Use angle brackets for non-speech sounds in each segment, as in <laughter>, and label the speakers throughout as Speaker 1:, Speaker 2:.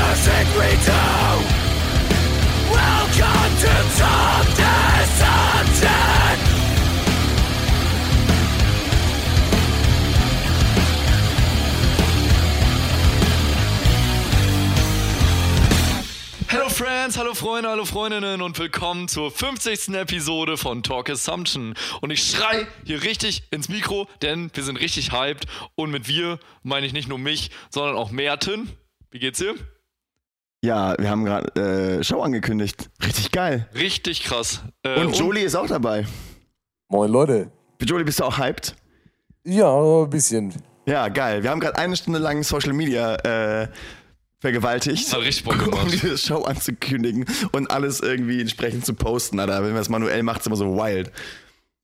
Speaker 1: we do. Welcome to Tom Descendant.
Speaker 2: Hello Friends, hallo Freunde, hallo Freundinnen und willkommen zur 50. Episode von Talk Assumption. Und ich schrei hier richtig ins Mikro, denn wir sind richtig hyped. Und mit wir meine ich nicht nur mich, sondern auch Merten. Wie geht's dir?
Speaker 3: Ja, wir haben gerade äh, Show angekündigt. Richtig geil.
Speaker 2: Richtig krass. Äh,
Speaker 3: Und Jolie ist auch dabei.
Speaker 4: Moin Leute.
Speaker 3: Jolie, bist du auch hyped?
Speaker 4: Ja, ein bisschen.
Speaker 3: Ja, geil. Wir haben gerade eine Stunde lang Social Media äh, vergewaltigt.
Speaker 2: Hat richtig Bock gemacht.
Speaker 3: Um <laughs> diese Show anzukündigen und alles irgendwie entsprechend zu posten, Alter. Wenn wir das manuell machen, ist immer so wild.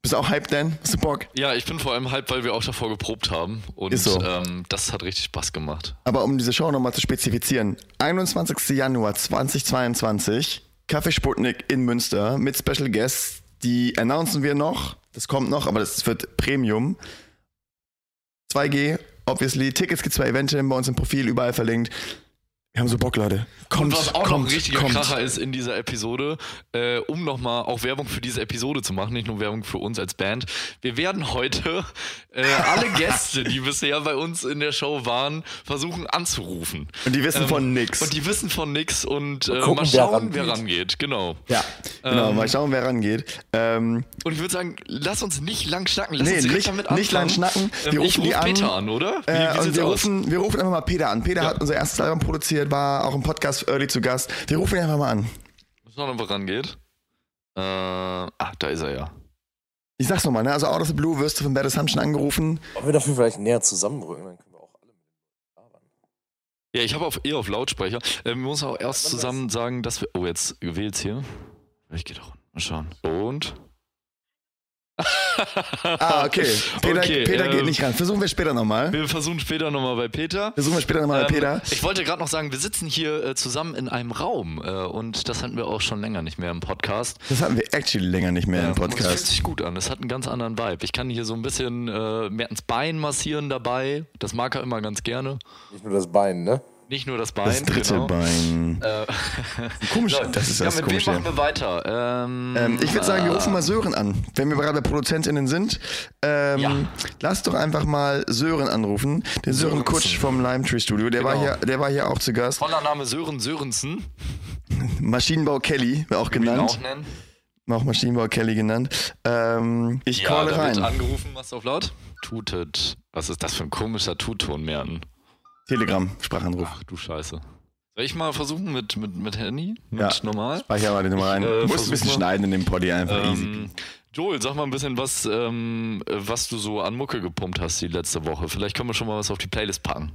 Speaker 3: Bist du auch hyped, Dan? Hast du Bock?
Speaker 2: Ja, ich bin vor allem hyped, weil wir auch davor geprobt haben. Und
Speaker 3: Ist so.
Speaker 2: ähm, das hat richtig Spaß gemacht.
Speaker 3: Aber um diese Show nochmal zu spezifizieren: 21. Januar 2022, Café Sputnik in Münster mit Special Guests. Die announcen wir noch. Das kommt noch, aber das wird Premium. 2G, obviously. Tickets gibt's bei Eventim, bei uns im Profil, überall verlinkt. Wir haben so Bock, Leute. Kommt,
Speaker 2: Und was auch
Speaker 3: kommt,
Speaker 2: noch ein richtiger
Speaker 3: kommt.
Speaker 2: Kracher ist in dieser Episode, äh, um nochmal auch Werbung für diese Episode zu machen, nicht nur Werbung für uns als Band. Wir werden heute äh,
Speaker 3: <laughs>
Speaker 2: alle Gäste, die bisher bei uns in der Show waren, versuchen anzurufen. Ähm,
Speaker 3: Und die wissen von nix.
Speaker 2: Und die wissen von nix und äh,
Speaker 4: gucken,
Speaker 2: mal
Speaker 4: wer
Speaker 2: schauen,
Speaker 4: rangeht.
Speaker 2: wer rangeht. Genau.
Speaker 3: Ja, genau.
Speaker 2: Ähm.
Speaker 3: mal schauen, wer rangeht. Ähm,
Speaker 2: Und ich würde sagen, lass uns nicht lang schnacken. Lass
Speaker 3: Nee,
Speaker 2: uns direkt
Speaker 3: nicht-
Speaker 2: damit
Speaker 3: nicht lang
Speaker 2: anfangen.
Speaker 3: schnacken. Wir
Speaker 2: Ähm, ich
Speaker 3: rufen die
Speaker 2: ruf
Speaker 3: an.
Speaker 2: Peter an, oder? Wie,
Speaker 3: Äh,
Speaker 2: wie
Speaker 3: und
Speaker 2: sieht's
Speaker 3: wir
Speaker 2: aus?
Speaker 3: rufen, wir rufen einfach mal Peter an. Peter hat unser erstes Album produziert, war auch im Podcast Early zu Gast. Wir rufen ihn einfach mal an.
Speaker 2: Mal Schauen, ob er rangeht. Äh, ah, da ist er ja.
Speaker 3: Ich sag's nochmal, ne? Also Out of the Blue wirst du von Bad Assumption
Speaker 2: <laughs>
Speaker 3: angerufen.
Speaker 4: Ob wir dafür vielleicht näher zusammenrücken, dann können wir auch alle mit dem labern.
Speaker 2: Ja, ich habe auf, eh auf Lautsprecher. Äh, wir müssen auch erst zusammen sagen, dass wir. Oh, jetzt wählt's hier. Ich gehe doch. Mal schauen. Und?
Speaker 3: Ah, okay. Peter,
Speaker 2: Okay,
Speaker 3: Peter
Speaker 2: ähm,
Speaker 3: geht nicht ran. Versuchen wir später nochmal.
Speaker 2: Wir versuchen später nochmal bei Peter.
Speaker 3: Versuchen wir später
Speaker 2: Ähm.
Speaker 3: nochmal bei Peter.
Speaker 2: Ich wollte gerade noch sagen, wir sitzen hier äh, zusammen in einem Raum äh, und das hatten wir auch schon länger nicht mehr im Podcast.
Speaker 3: Das hatten wir actually länger nicht mehr im
Speaker 2: Das fühlt
Speaker 3: Podcast.
Speaker 2: sich gut an. Es hat einen ganz anderen Vibe. Ich kann hier so ein bisschen äh, Mertens Bein massieren dabei. Das mag er immer ganz gerne.
Speaker 4: Nicht nur das Bein, ne?
Speaker 2: Nicht nur das Bein.
Speaker 3: Das dritte
Speaker 2: genau.
Speaker 3: Bein.
Speaker 2: Äh, <laughs>
Speaker 3: Komisch, das ist
Speaker 2: ja,
Speaker 3: das
Speaker 2: mit wem
Speaker 3: Komische.
Speaker 2: machen wir weiter? Ähm, äh,
Speaker 3: Ähm, ich würde sagen, wir rufen mal Sören an, wenn wir gerade bei ProduzentInnen sind. Ähm,
Speaker 2: Ja.
Speaker 3: Lass doch einfach mal Sören anrufen. Den Sören Kutsch vom Lime Tree Studio. Der, war
Speaker 2: Genau.
Speaker 3: hier, der war hier auch zu Gast.
Speaker 2: Voller Name Sören Sörensen.
Speaker 3: Maschinenbau Kelly, wird auch
Speaker 2: Wie ihn
Speaker 3: genannt.
Speaker 2: auch nennen.
Speaker 3: Auch Maschinenbau Kelly genannt. Ähm, ich
Speaker 2: Ja,
Speaker 3: call
Speaker 2: da wird
Speaker 3: rein.
Speaker 2: angerufen, machst du auf laut. Tutet. Was ist das für ein komischer Tutton, Merten?
Speaker 3: Telegram, Sprachanruf.
Speaker 2: Ach du Scheiße. Soll ich mal versuchen mit, mit, mit Handy? Mit
Speaker 3: Ja.
Speaker 2: normal?
Speaker 3: Speicher mal die Nummer rein.
Speaker 2: Ich,
Speaker 3: Muss
Speaker 2: äh,
Speaker 3: ein bisschen
Speaker 2: versuch mal.
Speaker 3: schneiden in dem Poddy einfach easy.
Speaker 2: Ähm, Joel, sag mal ein bisschen, was, ähm, äh, was du so an Mucke gepumpt hast die letzte Woche. Vielleicht können wir schon mal was auf die Playlist packen.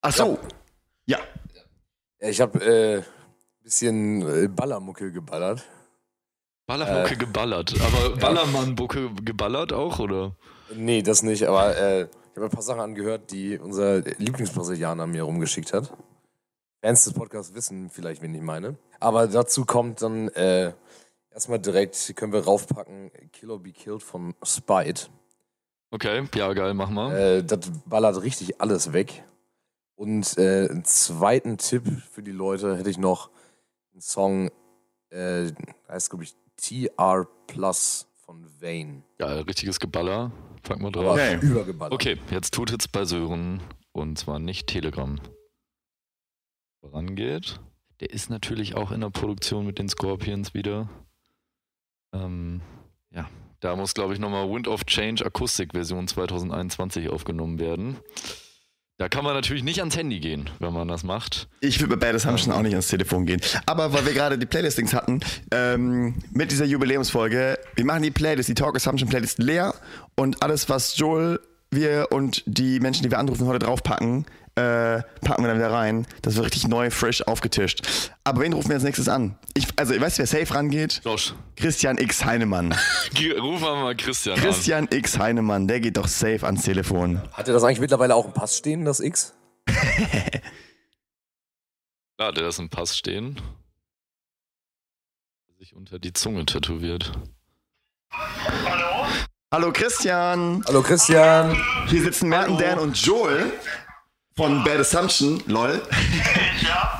Speaker 3: Ach so. Ja.
Speaker 4: Ja, ich habe äh, ein bisschen äh, Ballermucke geballert.
Speaker 3: Äh.
Speaker 2: Ballermucke geballert.
Speaker 3: <laughs>
Speaker 2: Aber Ballermann-Mucke geballert auch, oder?
Speaker 4: Nee, das nicht, aber äh, ich habe ein paar Sachen angehört, die unser Lieblingsbrasilianer mir rumgeschickt hat. Fans des Podcasts wissen vielleicht, wen ich meine. Aber dazu kommt dann äh, erstmal direkt, können wir raufpacken, Kill or Be Killed von Spite.
Speaker 2: Okay, ja, geil, mach mal.
Speaker 4: Äh, das ballert richtig alles weg. Und äh, einen zweiten Tipp für die Leute hätte ich noch einen Song, äh, heißt glaube ich TR Plus von Vane.
Speaker 2: Geil, richtiges Geballer. Pack mal drauf.
Speaker 4: Aber
Speaker 3: Okay.
Speaker 4: übergeballert.
Speaker 2: Okay, jetzt tut jetzt bei Sören und zwar nicht Telegram. Vorangeht. Der ist natürlich auch in der Produktion mit den Scorpions wieder. Ähm, ja, da muss, glaube ich, nochmal Wind of Change Akustik-Version 2021 aufgenommen werden. Da kann man natürlich nicht ans Handy gehen, wenn man das macht.
Speaker 3: Ich würde bei Bad Assumption auch nicht ans Telefon gehen. Aber weil wir gerade die Playlistings hatten, ähm, mit dieser Jubiläumsfolge, wir machen die Playlist, die Talk Assumption Playlist leer und alles, was Joel, wir und die Menschen, die wir anrufen, heute draufpacken, äh, packen wir dann wieder rein. Das wird richtig neu, fresh aufgetischt. Aber wen rufen wir als nächstes an? Ich, also, weißt du, wer safe rangeht?
Speaker 2: Josh,
Speaker 3: Christian X. Heinemann.
Speaker 2: ge- rufen wir mal Christian, Christian.
Speaker 3: Christian X. Heinemann, der geht doch safe ans Telefon.
Speaker 4: Hat er das eigentlich mittlerweile auch im Pass stehen, das X?
Speaker 2: an. Ja, der ist im Pass stehen. Sich unter die Zunge tätowiert.
Speaker 3: Hallo Christian!
Speaker 4: Hallo Christian.
Speaker 3: Hier sitzen Merten, Dan und Joel von Bad Assumption, lol.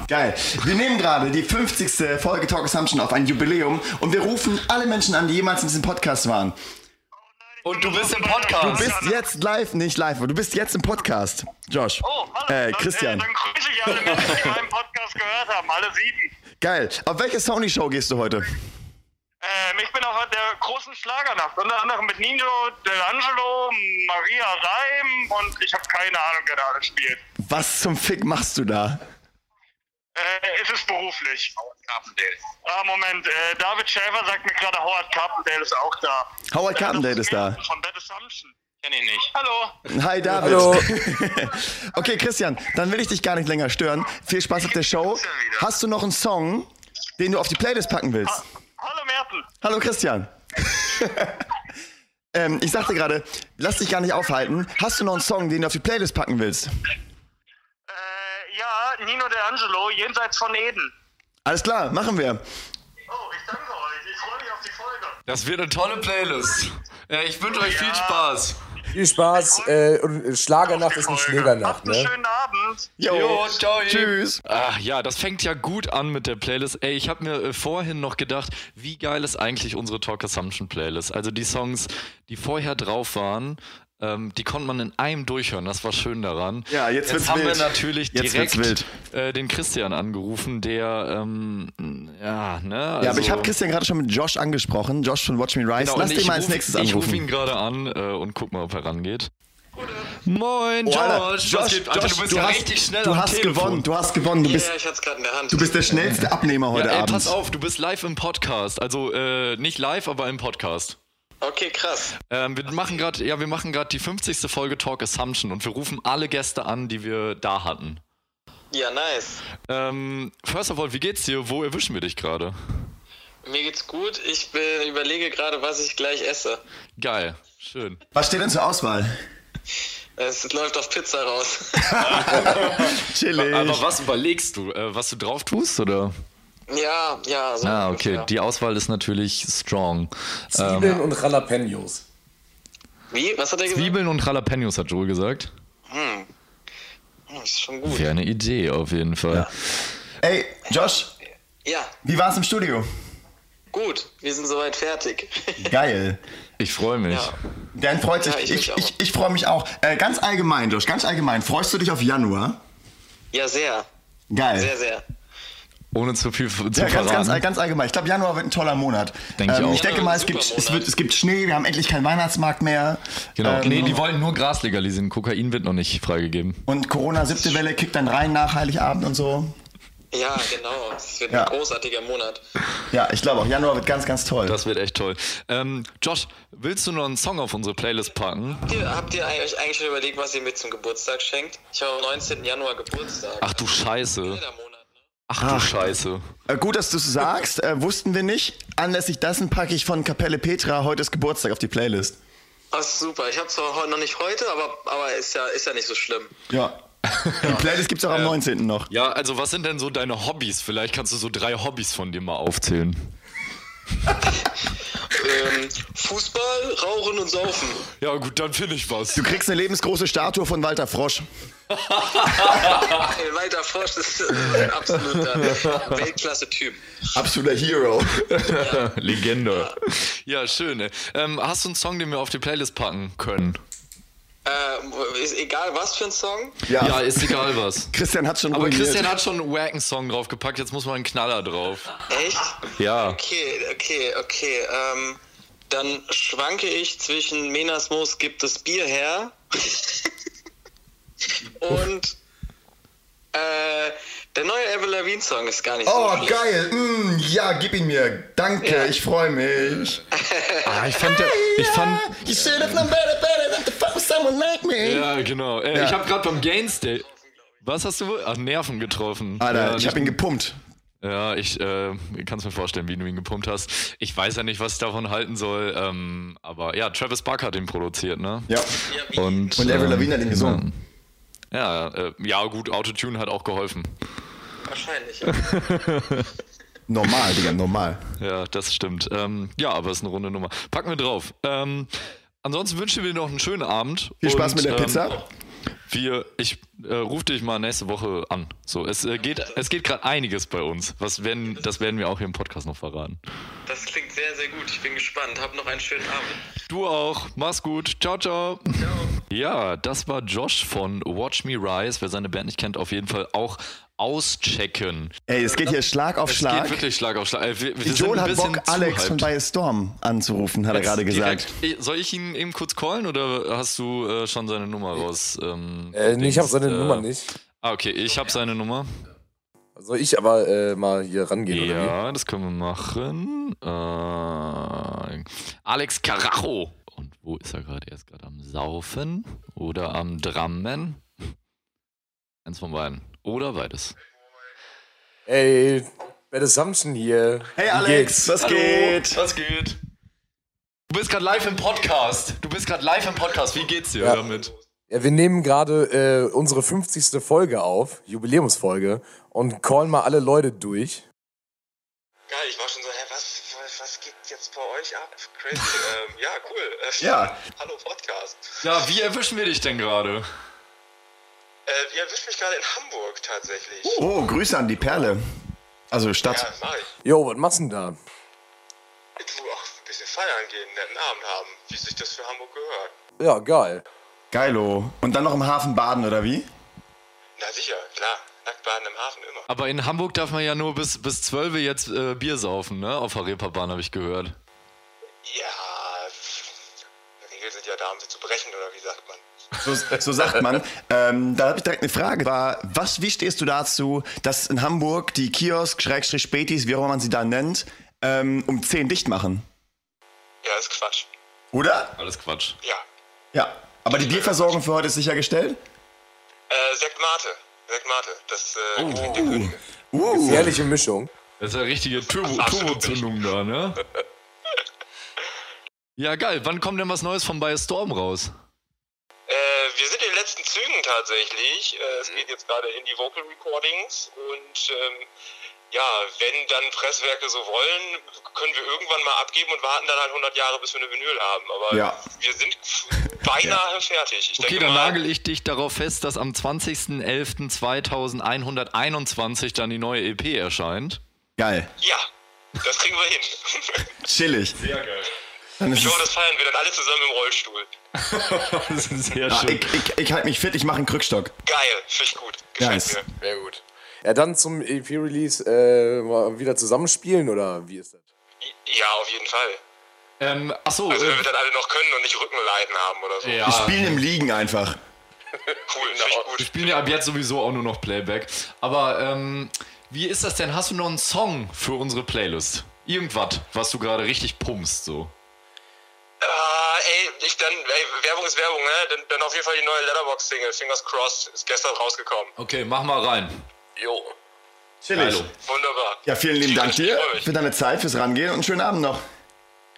Speaker 3: Geil. Wir nehmen gerade die 50. Folge Talk Assumption auf ein Jubiläum und wir rufen alle Menschen an, die jemals in diesem Podcast waren.
Speaker 2: Und du bist im Podcast.
Speaker 3: Du bist
Speaker 5: Also, ne?
Speaker 3: jetzt live, nicht live, aber du bist jetzt im Podcast. Josh.
Speaker 5: Oh, hallo.
Speaker 3: Äh,
Speaker 5: Dann,
Speaker 3: Christian.
Speaker 5: Äh, dann grüße ich alle Menschen, die meinen Podcast gehört haben, alle sieben.
Speaker 3: Geil. Auf welche Sony-Show gehst du heute?
Speaker 5: Ähm, ich bin auf der großen Schlagernacht, unter anderem mit Nino, Delangelo, Maria Reim und ich habe keine Ahnung, wer da alles spielt.
Speaker 3: Was zum Fick machst du da?
Speaker 5: Äh, es ist beruflich. Howard Carpendale. Ah, Moment, äh, David Schäfer sagt mir gerade, Howard Carpendale ist auch da.
Speaker 3: Howard
Speaker 5: Äh,
Speaker 3: Carpendale ist da.
Speaker 5: Von Bad Assumption. Kenn ich nicht. Hallo.
Speaker 3: Hi David.
Speaker 4: Hallo.
Speaker 3: <laughs> okay, Christian, dann will ich dich gar nicht länger stören. Viel Spaß auf der Show. Hast du noch einen Song, den du auf die Playlist packen
Speaker 2: Ah.
Speaker 3: willst?
Speaker 5: Hallo Merten.
Speaker 3: Hallo
Speaker 2: <laughs>
Speaker 3: Christian. ähm, ich sagte gerade, lass dich gar nicht aufhalten. Hast du noch einen Song, den du auf die Playlist packen willst?
Speaker 5: Äh, ja, Nino Delangelo, jenseits von Eden.
Speaker 3: Alles klar, machen wir.
Speaker 5: Oh, ich danke euch. Ich freue mich auf die Folge.
Speaker 2: Das wird eine tolle Playlist. Äh, Ich wünsche euch viel
Speaker 5: Ja.
Speaker 2: Spaß.
Speaker 4: Viel Spaß. Äh, und äh, Schlagernacht ist eine
Speaker 5: Folge.
Speaker 4: Schlägernacht,
Speaker 5: Habt einen
Speaker 4: ne?
Speaker 5: schönen Abend.
Speaker 3: Jo,
Speaker 2: ciao.
Speaker 3: Tschüss.
Speaker 2: Ach ja, das fängt ja gut an mit der Playlist. Ey, ich habe mir äh, vorhin noch gedacht, wie geil ist eigentlich unsere Talk Assumption Playlist? Also die Songs, die vorher drauf waren, ähm, die konnte man in einem durchhören. Das war schön daran.
Speaker 3: Ja, jetzt wird's
Speaker 2: haben
Speaker 3: wild.
Speaker 2: wir natürlich
Speaker 3: Jetzt wird's
Speaker 2: direkt
Speaker 3: wild.
Speaker 2: Äh, den Christian angerufen, der ähm, ja, ne?
Speaker 3: Ja, aber ich habe Christian gerade schon mit Josh angesprochen. Josh von Watch Me Rise.
Speaker 2: Genau,
Speaker 3: Lass
Speaker 2: und
Speaker 3: dich
Speaker 2: ich
Speaker 3: mal als
Speaker 2: ruf-
Speaker 3: nächstes
Speaker 2: Ich rufe ihn
Speaker 3: anrufen.
Speaker 2: gerade an äh, und guck mal, ob er rangeht. Moin, Josh.
Speaker 3: Oh, Alter,
Speaker 2: Was geht? Alter, du bist ja
Speaker 3: hast,
Speaker 2: richtig schnell
Speaker 3: du
Speaker 2: am
Speaker 3: hast
Speaker 2: Telefon.
Speaker 3: gewonnen, du hast gewonnen, du bist,
Speaker 5: ich hatte gerade in der Hand.
Speaker 3: du bist der schnellste Abnehmer heute
Speaker 2: ja, ey,
Speaker 3: Abend.
Speaker 2: pass auf, du bist live im Podcast. Also äh, nicht live, aber im Podcast.
Speaker 5: Okay, krass.
Speaker 2: Ähm, wir machen gerade, ja, wir machen gerade die 50. Folge Talk Assumption und wir rufen alle Gäste an, die wir da hatten.
Speaker 6: Ja, nice.
Speaker 2: Ähm, first of all, wie geht's dir? Wo erwischen wir dich gerade?
Speaker 6: Mir geht's gut. Ich bin, überlege gerade, was ich gleich esse.
Speaker 2: Geil, schön.
Speaker 3: Was steht denn zur Auswahl?
Speaker 6: Es läuft auf Pizza raus. <laughs>
Speaker 3: Chillig.
Speaker 2: Aber was überlegst du? Äh, was du drauf tust oder?
Speaker 6: ja, ja. So
Speaker 2: Ah, okay.
Speaker 6: ungefähr.
Speaker 2: Die Auswahl ist natürlich strong.
Speaker 4: Zwiebeln
Speaker 2: Ähm.
Speaker 4: und Jalapenos.
Speaker 6: Wie? Was hat er gesagt?
Speaker 2: Zwiebeln und Jalapenos hat Joel gesagt.
Speaker 6: Hm, ist schon gut.
Speaker 2: Wäre eine Idee auf jeden Fall.
Speaker 3: Ey, Josh,
Speaker 6: Ja,
Speaker 3: wie war's im Studio?
Speaker 6: gut. Wir sind soweit fertig. <laughs>
Speaker 3: Geil.
Speaker 2: Ich freue mich.
Speaker 6: ja.
Speaker 3: Dan freut sich.
Speaker 6: Ja, ich
Speaker 3: ich
Speaker 6: mich auch.
Speaker 3: ich, ich, freue mich auch. Äh, ganz allgemein, Josh, ganz allgemein. Freust du dich auf Januar?
Speaker 6: ja, sehr.
Speaker 3: Geil.
Speaker 6: Sehr, sehr.
Speaker 2: Ohne zu viel f- zu
Speaker 3: Ja,
Speaker 2: verraten.
Speaker 3: ganz, ganz, all- ganz allgemein. Ich glaube, Januar wird ein toller Monat. Ähm,
Speaker 2: Denk ich auch.
Speaker 3: ich denke mal, es gibt,
Speaker 6: Super
Speaker 3: es,
Speaker 6: Monat.
Speaker 3: wird, es gibt Schnee, wir haben endlich keinen Weihnachtsmarkt mehr.
Speaker 2: Genau.
Speaker 3: Ähm,
Speaker 2: nee, die wollten nur Gras legalisieren. Kokain wird noch nicht freigegeben.
Speaker 3: Und Corona, siebte Welle, kickt dann rein nach Heiligabend und so.
Speaker 6: Ja, genau. Es wird
Speaker 3: Ja.
Speaker 6: ein großartiger Monat.
Speaker 3: Ja, ich glaube auch, Januar wird ganz, ganz toll.
Speaker 2: Das wird echt toll. Ähm, Josh, willst du noch einen Song auf unsere Playlist packen?
Speaker 6: Habt ihr, habt ihr euch eigentlich schon überlegt, was ihr mir zum Geburtstag schenkt? Ich habe am 19. Januar Geburtstag.
Speaker 2: Ach du Scheiße.
Speaker 6: Jeder Monat, ne?
Speaker 2: Ach
Speaker 3: Ah.
Speaker 2: du Scheiße.
Speaker 3: äh, gut, dass du es sagst. Äh, wussten wir nicht. Anlässlich dessen packe ich von Kapelle Petra heute ist Geburtstag auf die Playlist.
Speaker 6: Ach, super. Ich habe zwar heu- noch nicht heute, aber, aber ist, ja, ist ja nicht so schlimm.
Speaker 2: <laughs>
Speaker 3: Ja. Die Playlist gibt es auch am 19. noch.
Speaker 2: Ja, also was sind denn so deine Hobbys? Vielleicht kannst du so drei Hobbys von dir mal aufzählen.
Speaker 6: Ähm, Fußball, Rauchen und Saufen.
Speaker 2: Ja gut, dann finde ich
Speaker 3: <laughs>
Speaker 2: was.
Speaker 3: Du kriegst eine lebensgroße Statue von Walter Frosch.
Speaker 6: Ey, Walter Frosch ist ein absoluter Weltklasse-Typ.
Speaker 3: Absoluter Hero.
Speaker 2: Legende. Ja, schön. ey. Ähm, hast du einen Song, den wir auf die Playlist packen können?
Speaker 6: Äh, ist egal was für ein Song.
Speaker 3: <laughs> Ja.
Speaker 2: Ja, ist egal was.
Speaker 3: Christian hat schon
Speaker 2: Aber
Speaker 3: ruiniert.
Speaker 2: Christian hat schon einen wacken Song draufgepackt, jetzt muss man einen Knaller drauf.
Speaker 6: Echt?
Speaker 2: Ja.
Speaker 6: Okay, okay, okay. Ähm, dann schwanke ich zwischen Menas Moos gibt das Bier her <laughs> und äh, der neue Avril Lavigne Song ist gar nicht so
Speaker 3: Oh,
Speaker 6: schlecht.
Speaker 3: geil. Mm, ja, gib ihn mir. Danke, ich freue mich. Ah,
Speaker 2: Ah, ich fand, der, ich fand,
Speaker 3: You should have known better, better than to fuck with someone like me.
Speaker 2: Ja, genau. Äh, Ich habe gerade beim Gains Day. Was hast du? Ach, Nerven getroffen.
Speaker 3: Alter,
Speaker 2: ja,
Speaker 3: ich habe ihn gepumpt.
Speaker 2: Ja, ich äh, kann es mir vorstellen, wie du ihn gepumpt hast. Ich weiß ja nicht, was ich davon halten soll. Ähm, aber ja, Travis Barker hat ihn produziert, ne?
Speaker 3: Ja.
Speaker 2: Und,
Speaker 3: Und Avril
Speaker 2: ähm,
Speaker 3: Lavigne hat ihn gesungen.
Speaker 2: Ja, äh, ja, gut, Autotune hat auch geholfen.
Speaker 6: Wahrscheinlich.
Speaker 3: Normal, Digga, normal.
Speaker 2: Ja, das stimmt. Ähm, ja, aber ist eine runde Nummer. Packen wir drauf. Ähm, ansonsten wünschen wir dir noch einen schönen Abend.
Speaker 3: Viel Spaß
Speaker 2: Und,
Speaker 3: mit der
Speaker 2: ähm,
Speaker 3: Pizza.
Speaker 2: Wir, ich äh, rufe dich mal nächste Woche an. So, es äh, geht, es geht gerade einiges bei uns. Was werden, das werden wir auch hier im Podcast noch verraten.
Speaker 6: Das klingt sehr, sehr gut. Ich bin gespannt. Hab noch einen schönen Abend.
Speaker 2: Du auch. Mach's gut. Ciao, ciao. Ja, das war Josh von Watch Me Rise. Wer seine Band nicht kennt, auf jeden Fall auch auschecken.
Speaker 3: Ey, es geht hier Schlag auf
Speaker 2: Es
Speaker 3: Schlag.
Speaker 2: geht wirklich Schlag auf Schlag. Äh, wir- wir sind
Speaker 3: Joel
Speaker 2: ein
Speaker 3: hat
Speaker 2: bisschen
Speaker 3: Bock,
Speaker 2: zu
Speaker 3: Alex
Speaker 2: hyped.
Speaker 3: von By Storm anzurufen, hat er
Speaker 2: Jetzt
Speaker 3: gerade gesagt.
Speaker 2: direkt. Ey, Soll ich ihn eben kurz callen oder hast du äh, schon seine Nummer raus? Ähm,
Speaker 4: Äh, nee, ich habe
Speaker 2: Dings,
Speaker 4: seine
Speaker 2: äh,
Speaker 4: Nummer nicht.
Speaker 2: Ah, okay, ich habe seine Nummer.
Speaker 4: Soll ich aber äh, mal hier rangehen, oder
Speaker 2: Ja, das können wir machen. Äh, Alex Carajo. Und wo ist er gerade? Er ist gerade am Saufen oder am Drammen? Eins von beiden. Oder beides.
Speaker 4: wie? Ey, Bad Assumption hier.
Speaker 3: Hey
Speaker 4: Wie
Speaker 3: Alex,
Speaker 4: geht's?
Speaker 3: was geht?
Speaker 2: Was geht? Du bist gerade live im Podcast. Du bist gerade live im Podcast. Wie geht's dir
Speaker 4: Ja.
Speaker 2: damit?
Speaker 4: Ja, wir nehmen gerade äh, unsere 50. Folge auf, Jubiläumsfolge, und callen mal alle Leute durch.
Speaker 6: Geil, ich war schon so, hä, was, was geht jetzt bei euch ab? Crazy. ähm, ja, cool. Äh,
Speaker 3: Ja.
Speaker 6: Hallo Podcast.
Speaker 2: Ja, wie erwischen wir dich denn gerade?
Speaker 6: Äh, ihr erwischt mich gerade in Hamburg tatsächlich.
Speaker 3: Oh, Grüße an die Perle. Also Stadt.
Speaker 6: Ja, mach ich.
Speaker 4: Jo, was machst du denn da?
Speaker 6: Du auch ein bisschen feiern gehen, netten Abend haben, wie sich das für Hamburg gehört.
Speaker 4: Ja, geil.
Speaker 3: Geilo. Und dann noch im Hafen baden, oder wie?
Speaker 6: Na sicher, klar. Nacktbaden im Hafen immer.
Speaker 2: Aber in Hamburg darf man ja nur bis, bis 12 Uhr jetzt äh, Bier saufen, ne? Auf der Reeperbahn habe ich gehört.
Speaker 6: Ja, pff, Regeln sind ja da, um sie zu brechen, oder wie sagt man?
Speaker 3: So, so sagt man. ähm, da habe ich direkt eine Frage. War, was, wie stehst du dazu, dass in Hamburg die Kiosk, Schrägstrich, Spätis, wie auch immer man sie da nennt, ähm, um 10 dicht machen?
Speaker 6: Ja, ist Quatsch.
Speaker 3: Oder?
Speaker 2: Alles Quatsch.
Speaker 6: Ja.
Speaker 3: Ja. Aber die Bierversorgung für heute ist sichergestellt?
Speaker 6: Äh, Sekt Mate. Sekt Mate. Das, äh, trinkt ihr
Speaker 3: Uh.
Speaker 6: Könige.
Speaker 3: Uh.
Speaker 4: Ehrliche Mischung.
Speaker 2: Das ist ja richtige Turbo- Turbo-Zündung da, ne? Ja, geil. Wann kommt denn was Neues von Biostorm raus?
Speaker 6: Äh, wir sind in den letzten Zügen tatsächlich. Äh,
Speaker 2: Mhm.
Speaker 6: es geht jetzt gerade in die Vocal Recordings und ähm, ja, wenn dann Presswerke so wollen, können wir irgendwann mal abgeben und warten dann halt 100 Jahre, bis wir eine Vinyl haben. Aber
Speaker 3: Ja.
Speaker 6: wir sind
Speaker 2: <laughs>
Speaker 6: beinahe fertig. Ich
Speaker 2: Okay,
Speaker 6: denke
Speaker 2: dann
Speaker 6: mal,
Speaker 2: nagel ich dich darauf fest, dass am 20.11.2121 dann die neue EP erscheint.
Speaker 3: Geil.
Speaker 6: Ja, das kriegen wir
Speaker 2: <laughs>
Speaker 6: hin.
Speaker 3: Chillig.
Speaker 6: Sehr geil.
Speaker 3: Dann
Speaker 6: Ich
Speaker 3: ist es,
Speaker 6: glaube, das feiern wir dann alle zusammen im Rollstuhl.
Speaker 2: Das ist <laughs> sehr
Speaker 3: ah, ich ich, ich halte mich fit, ich mache einen Krückstock.
Speaker 6: Geil, finde ich gut.
Speaker 3: Nice.
Speaker 6: Gefällt mir.
Speaker 4: Sehr gut. Ja, dann zum EP-Release äh, mal wieder zusammenspielen, oder wie ist das?
Speaker 6: Ja, auf jeden Fall.
Speaker 2: Ähm, achso,
Speaker 6: Also wenn wir
Speaker 2: äh,
Speaker 6: dann alle noch können und nicht Rückenleiden haben oder so.
Speaker 2: ja.
Speaker 3: Wir spielen im Liegen einfach.
Speaker 6: Cool, finde ich
Speaker 2: Wir
Speaker 6: gut.
Speaker 2: spielen ja ab jetzt sowieso auch nur noch Playback. Aber ähm, wie ist das denn? Hast du noch einen Song für unsere Playlist? Irgendwas, was du gerade richtig pumpst, so.
Speaker 6: Ah, ey, ich dann, ey, Werbung ist Werbung, ne? Dann, dann auf jeden Fall die neue Letterbox-Single, Fingers Crossed, ist gestern rausgekommen.
Speaker 2: Okay, mach mal rein.
Speaker 6: Jo.
Speaker 3: Chillig.
Speaker 2: Geilo.
Speaker 6: Wunderbar.
Speaker 3: Ja, vielen lieben Dank dir
Speaker 6: Ich freu mich.
Speaker 3: für deine Zeit, fürs Rangehen und einen schönen Abend noch.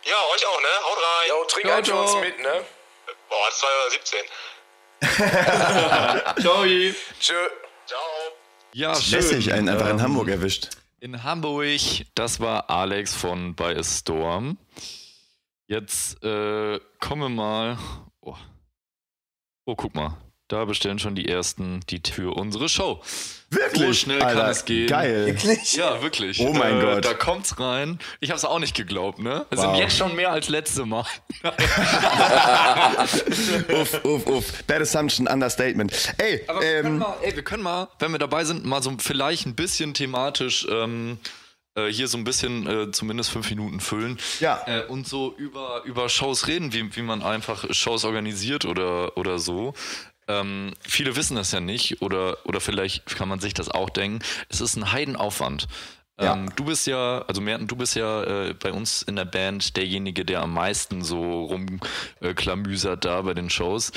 Speaker 6: Ja, euch auch, ne? Haut rein.
Speaker 4: Jo, trink
Speaker 2: Ciao, ciao. iTunes mit,
Speaker 4: ne?
Speaker 6: Boah,
Speaker 3: <laughs>
Speaker 6: 2017.
Speaker 2: Ciao.
Speaker 4: Tschö.
Speaker 6: Ciao.
Speaker 2: Ja, schön.
Speaker 3: Lässig, einen einfach in
Speaker 2: Ähm,
Speaker 3: Hamburg erwischt.
Speaker 2: In Hamburg, das war Alex von By a Storm. Jetzt äh, komme mal. Oh. oh, guck mal. Da bestellen schon die ersten die für unsere Show.
Speaker 3: Wirklich?
Speaker 2: So schnell kann
Speaker 3: Alter,
Speaker 2: es gehen.
Speaker 3: Geil.
Speaker 2: Ja, wirklich.
Speaker 3: Oh mein
Speaker 2: äh,
Speaker 3: Gott.
Speaker 2: Da kommt's rein. Ich hab's auch nicht geglaubt, ne? Es sind
Speaker 3: Wow.
Speaker 2: jetzt schon mehr als letzte Mal.
Speaker 3: <laughs> uff, uff, uff. Bad Assumption, Understatement. Ey,
Speaker 2: Aber wir, können
Speaker 3: ähm,
Speaker 2: mal, ey, wir können mal, wenn wir dabei sind, mal so vielleicht ein bisschen thematisch ähm, äh, hier so ein bisschen äh, zumindest fünf Minuten füllen.
Speaker 3: Ja.
Speaker 2: Äh, und so über, über Shows reden, wie, wie man einfach Shows organisiert oder, oder so. Ähm, viele wissen das ja nicht oder, oder vielleicht kann man sich das auch denken. Es ist ein Heidenaufwand.
Speaker 3: Ja.
Speaker 2: Ähm, Du bist ja, also Merten, du bist ja äh, bei uns in der Band derjenige, der am meisten so rumklamüsert äh, klamüsert da bei den Shows.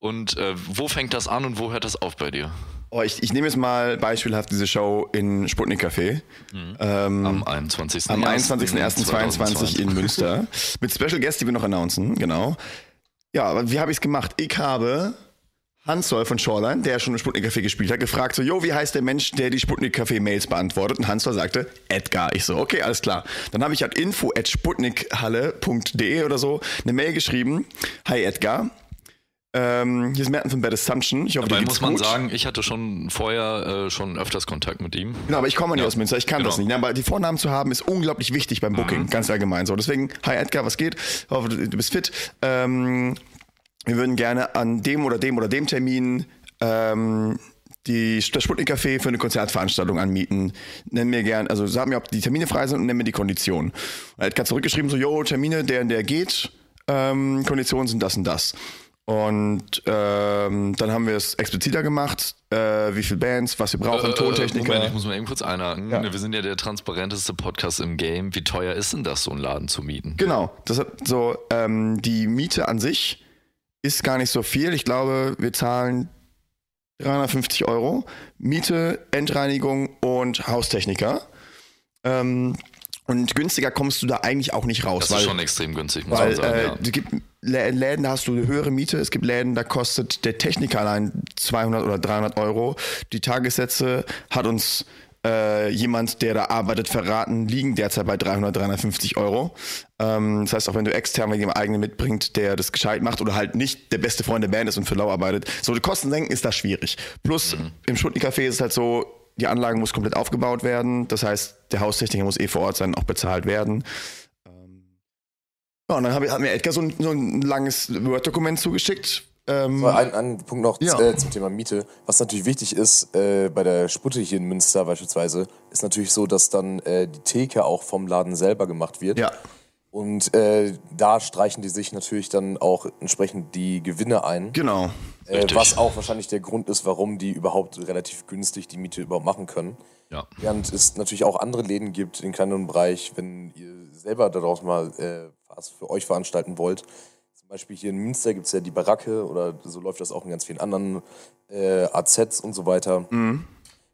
Speaker 2: Und äh, wo fängt das an und wo hört das auf bei dir?
Speaker 3: oh, ich, ich nehme jetzt mal beispielhaft diese Show in Sputnik Café. Ähm,
Speaker 2: Am 21.
Speaker 3: am 21.01.2022 in
Speaker 2: <laughs>
Speaker 3: Münster. Mit Special Guests, die wir noch announcen, genau. Ja, aber wie habe ich es gemacht? Ich habe Hans Soll von Shoreline, der schon im Sputnik Café gespielt hat, gefragt so, jo, wie heißt der Mensch, der die Sputnik Café Mails beantwortet? Und Hans Soll sagte, Edgar. Ich so, okay, alles klar. Dann habe ich halt info at sputnikhalle.de oder so eine Mail geschrieben. Hi Edgar. Ähm, hier ist Merten von Bad Assumption. Ich hoffe, dir
Speaker 2: Dabei
Speaker 3: geht's
Speaker 2: muss man
Speaker 3: gut.
Speaker 2: sagen, ich hatte schon vorher äh, schon öfters Kontakt mit ihm.
Speaker 3: Genau, aber ich komme nicht
Speaker 2: Ja.
Speaker 3: aus Münster, ich kann
Speaker 2: Genau. Mhm.
Speaker 3: das nicht. Ne? Aber die Vornamen zu haben ist unglaublich wichtig beim Booking, ganz allgemein so. Deswegen, hi Edgar, was geht? Hoffe, du du bist fit. Ähm, wir würden gerne an dem oder dem oder dem Termin ähm, die, das Sputnik-Café für eine Konzertveranstaltung anmieten. Nenn mir gern, also sag mir, ob die Termine frei sind und nenn mir die Konditionen. Und Edgar hat zurückgeschrieben, so, yo, Termine, der und der geht, ähm, Konditionen sind das und das. Und ähm, dann haben wir es expliziter gemacht, äh, wie viele Bands, was wir brauchen,
Speaker 2: Äh,
Speaker 3: Tontechniker.
Speaker 2: Moment, ich muss mal eben kurz einhaken. Wir sind ja der transparenteste Podcast im Game. Wie teuer ist denn das, so einen Laden zu mieten?
Speaker 3: Genau, das hat so, ähm, die Miete an sich ist gar nicht so viel. Ich glaube, wir zahlen 350 Euro. Miete, Endreinigung und Haustechniker. Ähm, und günstiger kommst du da eigentlich auch nicht raus.
Speaker 2: Das
Speaker 3: weil,
Speaker 2: ist schon extrem günstig, muss
Speaker 3: weil
Speaker 2: man sagen.
Speaker 3: äh,
Speaker 2: ja.
Speaker 3: es gibt Lä- Läden, da hast du eine höhere Miete. Es gibt Läden, da kostet der Techniker allein 200 oder 300 Euro. Die Tagessätze hat uns äh, jemand, der da arbeitet, verraten, liegen derzeit bei 300, 350 Euro. Ähm, das heißt, auch wenn du extern jemanden eigenen mitbringt, der das gescheit macht oder halt nicht der beste Freund der Band ist und für lau arbeitet, so die Kosten senken ist da schwierig. Plus
Speaker 2: Mhm.
Speaker 3: im Schuttencafé ist es halt so, die Anlage muss komplett aufgebaut werden. Das heißt, der Haustechniker muss eh vor Ort sein, auch bezahlt werden. Ja, und dann hab ich, hat mir Edgar so ein, so ein langes Word-Dokument zugeschickt. Ähm,
Speaker 4: Aber ein, ein Punkt noch
Speaker 3: Ja.
Speaker 4: äh, zum Thema Miete. Was natürlich wichtig ist, äh, bei der Sputte hier in Münster beispielsweise, ist natürlich so, dass dann äh, die Theke auch vom Laden selber gemacht wird.
Speaker 3: ja,
Speaker 4: Und äh, da streichen die sich natürlich dann auch entsprechend die Gewinne ein.
Speaker 3: genau.
Speaker 4: Äh, was auch wahrscheinlich der Grund ist, warum die überhaupt relativ günstig die Miete überhaupt machen können.
Speaker 2: Ja.
Speaker 4: Während es natürlich auch andere Läden gibt im kleineren Bereich, wenn ihr selber daraus mal äh, was für euch veranstalten wollt. Zum Beispiel hier in Münster gibt es ja die Baracke oder so läuft das auch in ganz vielen anderen äh, AZs und so weiter,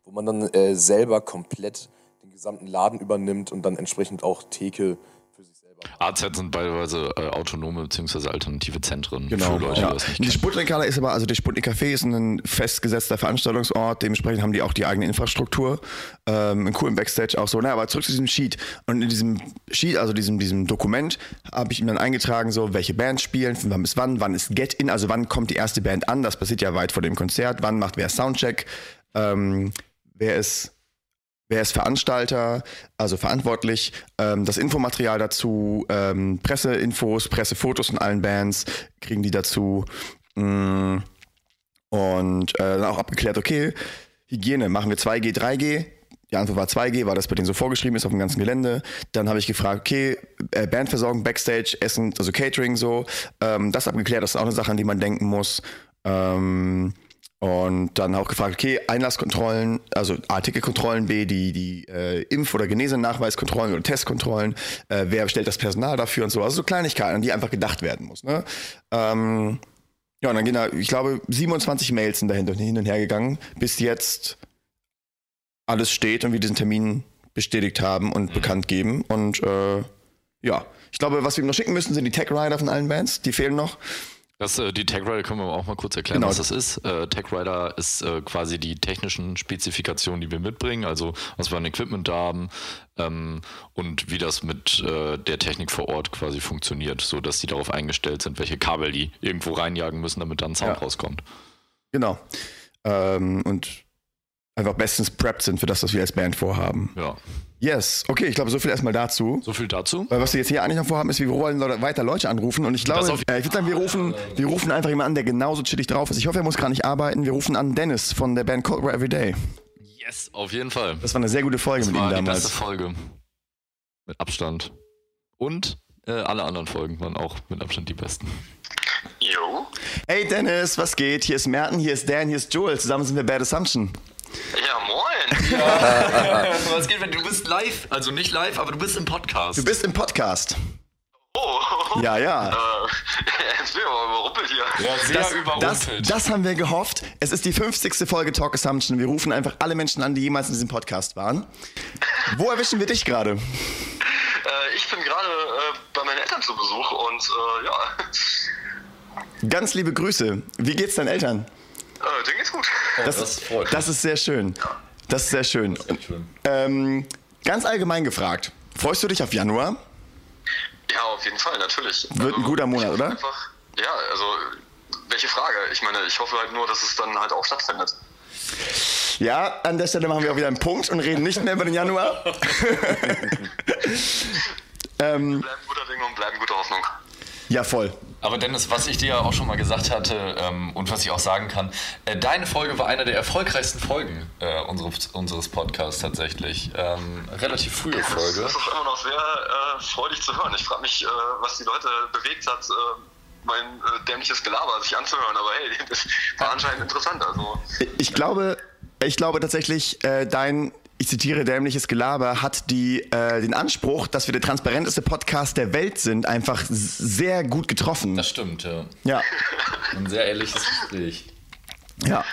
Speaker 4: wo man dann äh, selber komplett den gesamten Laden übernimmt und dann entsprechend auch Theke für sich selber.
Speaker 2: AZ sind teilweise äh, autonome bzw. alternative Zentren
Speaker 3: genau.
Speaker 2: für Leute,
Speaker 3: ja.
Speaker 2: die das nicht
Speaker 3: Die
Speaker 2: kennen.
Speaker 3: Sputnik-Halle ist aber, also der Sputnik-Café ist ein festgesetzter Veranstaltungsort, dementsprechend haben die auch die eigene Infrastruktur, ähm, einen coolen Backstage auch so. Na, aber zurück zu diesem Sheet. Und in diesem Sheet, also diesem, diesem Dokument, habe ich ihm dann eingetragen, so, welche Bands spielen, von wann bis wann, wann ist Get-In, also wann kommt die erste Band an, das passiert ja weit vor dem Konzert, wann macht wer Soundcheck, ähm, wer ist Wer ist Veranstalter, also verantwortlich? Ähm, das Infomaterial dazu, ähm, Presseinfos, Pressefotos von allen Bands kriegen die dazu. Mm, Und äh, dann auch abgeklärt, okay, Hygiene, machen wir 2G, 3G? Die Antwort war 2G, weil das bei denen so vorgeschrieben ist auf dem ganzen Gelände. Dann habe ich gefragt, okay, äh, Bandversorgung, Backstage, Essen, also Catering so. Ähm, das abgeklärt, das ist auch eine Sache, an die man denken muss. Ähm, und dann auch gefragt, okay, Einlasskontrollen, also A, Ticketkontrollen, B, die, die äh, Impf- oder Genesenachweiskontrollen oder Testkontrollen, äh, wer stellt das Personal dafür und so. Also so Kleinigkeiten, an die einfach gedacht werden muss. Ne? Ähm, ja, und dann gehen da, ich glaube, 27 Mails sind dahinter hin und her gegangen, bis jetzt alles steht und wir diesen Termin bestätigt haben und bekannt geben. Und äh, ja, ich glaube, was wir ihm noch schicken müssen, sind die Tech Rider von allen Bands, die fehlen noch.
Speaker 2: Das, äh, die Tag Rider können wir auch mal kurz erklären,
Speaker 3: Genau.
Speaker 2: was das ist. Äh, Tag Rider ist äh, quasi die technischen Spezifikationen, die wir mitbringen, also was wir an Equipment da haben ähm, und wie das mit äh, der Technik vor Ort quasi funktioniert, so dass die darauf eingestellt sind, welche Kabel die irgendwo reinjagen müssen, damit dann Sound
Speaker 3: Ja.
Speaker 2: rauskommt.
Speaker 3: Genau. Ähm, und einfach bestens prepped sind für das, was wir als Band vorhaben.
Speaker 2: Ja,
Speaker 3: Yes, okay, ich glaube, so viel erstmal dazu.
Speaker 2: so viel dazu.
Speaker 3: Weil was wir jetzt hier eigentlich noch vorhaben, ist, wir wollen Leute, weiter Leute anrufen. Und ich
Speaker 2: Das
Speaker 3: glaube,
Speaker 2: auf-
Speaker 3: äh, ich würde sagen, wir rufen, wir rufen einfach jemanden an, der genauso chillig drauf ist. Ich hoffe, er muss gar nicht arbeiten. Wir rufen an Dennis von der Band Cold War Everyday.
Speaker 2: Yes, auf jeden Fall.
Speaker 3: Das war eine sehr gute Folge
Speaker 2: Das
Speaker 3: mit ihm
Speaker 2: war die beste
Speaker 3: damals.
Speaker 2: Folge. Mit Abstand. Und äh, alle anderen Folgen waren auch mit Abstand die besten.
Speaker 7: Jo.
Speaker 3: Hey Dennis, was geht? Hier ist Merten, hier ist Dan, hier ist Joel. Zusammen sind wir Bad Assumption.
Speaker 7: Ja, moin.
Speaker 2: Also, Was geht, wenn du bist live, also nicht live, aber du bist im Podcast.
Speaker 3: Du bist im Podcast.
Speaker 7: Oh.
Speaker 3: Ja, ja.
Speaker 6: <laughs>
Speaker 7: Äh, Jetzt bin ich aber überrumpelt hier.
Speaker 3: Das, das, das haben wir gehofft. Es ist die 50. Folge Talk Assumption. Wir rufen einfach alle Menschen an, die jemals in diesem Podcast waren. Wo erwischen wir dich gerade?
Speaker 7: Äh, ich bin gerade äh, bei meinen Eltern zu Besuch und
Speaker 6: <laughs>
Speaker 7: äh, ja,
Speaker 3: Ganz liebe Grüße. Wie geht's deinen Eltern?
Speaker 7: äh, denen geht's gut.
Speaker 3: Das,
Speaker 2: Das freut
Speaker 3: das ist sehr schön. Das ist sehr schön.
Speaker 2: schön.
Speaker 3: Ähm, ganz allgemein gefragt, freust du dich auf Januar?
Speaker 7: Ja, auf jeden Fall, natürlich.
Speaker 3: Wird ein guter Monat,
Speaker 7: ich hab
Speaker 3: oder?
Speaker 7: Einfach, ja, also wenn
Speaker 6: welche Frage. Ich meine, ich hoffe halt nur, dass es dann halt auch stattfindet.
Speaker 3: Ja, an der Stelle machen wir auch wieder einen Punkt und reden nicht mehr über den Januar. ähm,
Speaker 6: Bleiben guter Dinge und bleiben guter Hoffnung.
Speaker 3: ja, voll.
Speaker 2: Aber Dennis, was ich dir ja auch schon mal gesagt hatte ähm, und was ich auch sagen kann, äh, deine Folge war eine der erfolgreichsten Folgen äh, unseres, unseres Podcasts tatsächlich. Ähm, relativ frühe
Speaker 6: Das
Speaker 2: Folge.
Speaker 6: ist auch immer noch sehr äh, freudig zu hören. Ich frage mich, äh, was die Leute bewegt hat, äh, mein äh, dämliches Gelaber sich anzuhören. Aber hey, das war anscheinend interessant. Also,
Speaker 3: Ich glaube, ich glaube tatsächlich, äh, dein, ich zitiere, dämliches Gelaber hat die, äh, den Anspruch, dass wir der transparenteste Podcast der Welt sind, einfach s- sehr gut getroffen.
Speaker 2: Das stimmt, ja.
Speaker 3: Ja,
Speaker 2: Ein sehr ehrliches Gespräch.
Speaker 3: ja.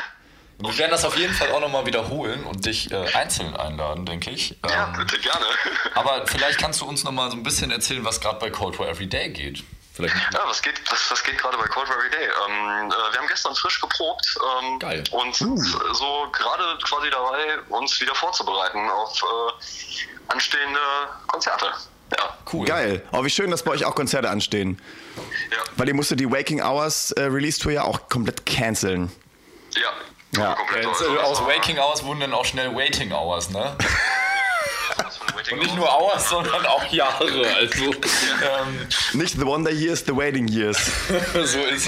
Speaker 2: Und wir werden das auf jeden Fall auch nochmal wiederholen und dich äh, einzeln einladen, denke ich.
Speaker 6: ja,
Speaker 2: Ähm,
Speaker 6: bitte gerne.
Speaker 2: aber vielleicht kannst du uns nochmal so ein bisschen erzählen, was gerade bei Cold War Everyday geht. Vielleicht
Speaker 6: <laughs> Ja, was geht, was, was geht gerade bei Cold War Everyday? Ähm, äh, wir haben gestern frisch geprobt ähm,
Speaker 2: Geil. Uh.
Speaker 6: und sind so gerade quasi dabei, uns wieder vorzubereiten auf äh, anstehende Konzerte. Ja,
Speaker 2: cool.
Speaker 3: Geil. Oh, wie schön, dass bei euch auch Konzerte anstehen.
Speaker 6: ja,
Speaker 3: Weil ihr musstet die Waking Hours äh, Release Tour ja auch komplett canceln.
Speaker 6: ja.
Speaker 3: Ja,
Speaker 2: Ja,
Speaker 6: komplett.
Speaker 2: Jetzt,
Speaker 6: Also,
Speaker 2: äh,
Speaker 6: das
Speaker 2: aus
Speaker 6: war-
Speaker 2: Waking Hours wurden dann auch schnell Waiting Hours, ne?
Speaker 6: das war ein Waiting
Speaker 2: Und nicht
Speaker 6: Hour.
Speaker 2: nur Hours, sondern auch Jahre. Also, ähm,
Speaker 3: Nicht The Wonder Years, The Waiting Years.
Speaker 2: <laughs> so ist es.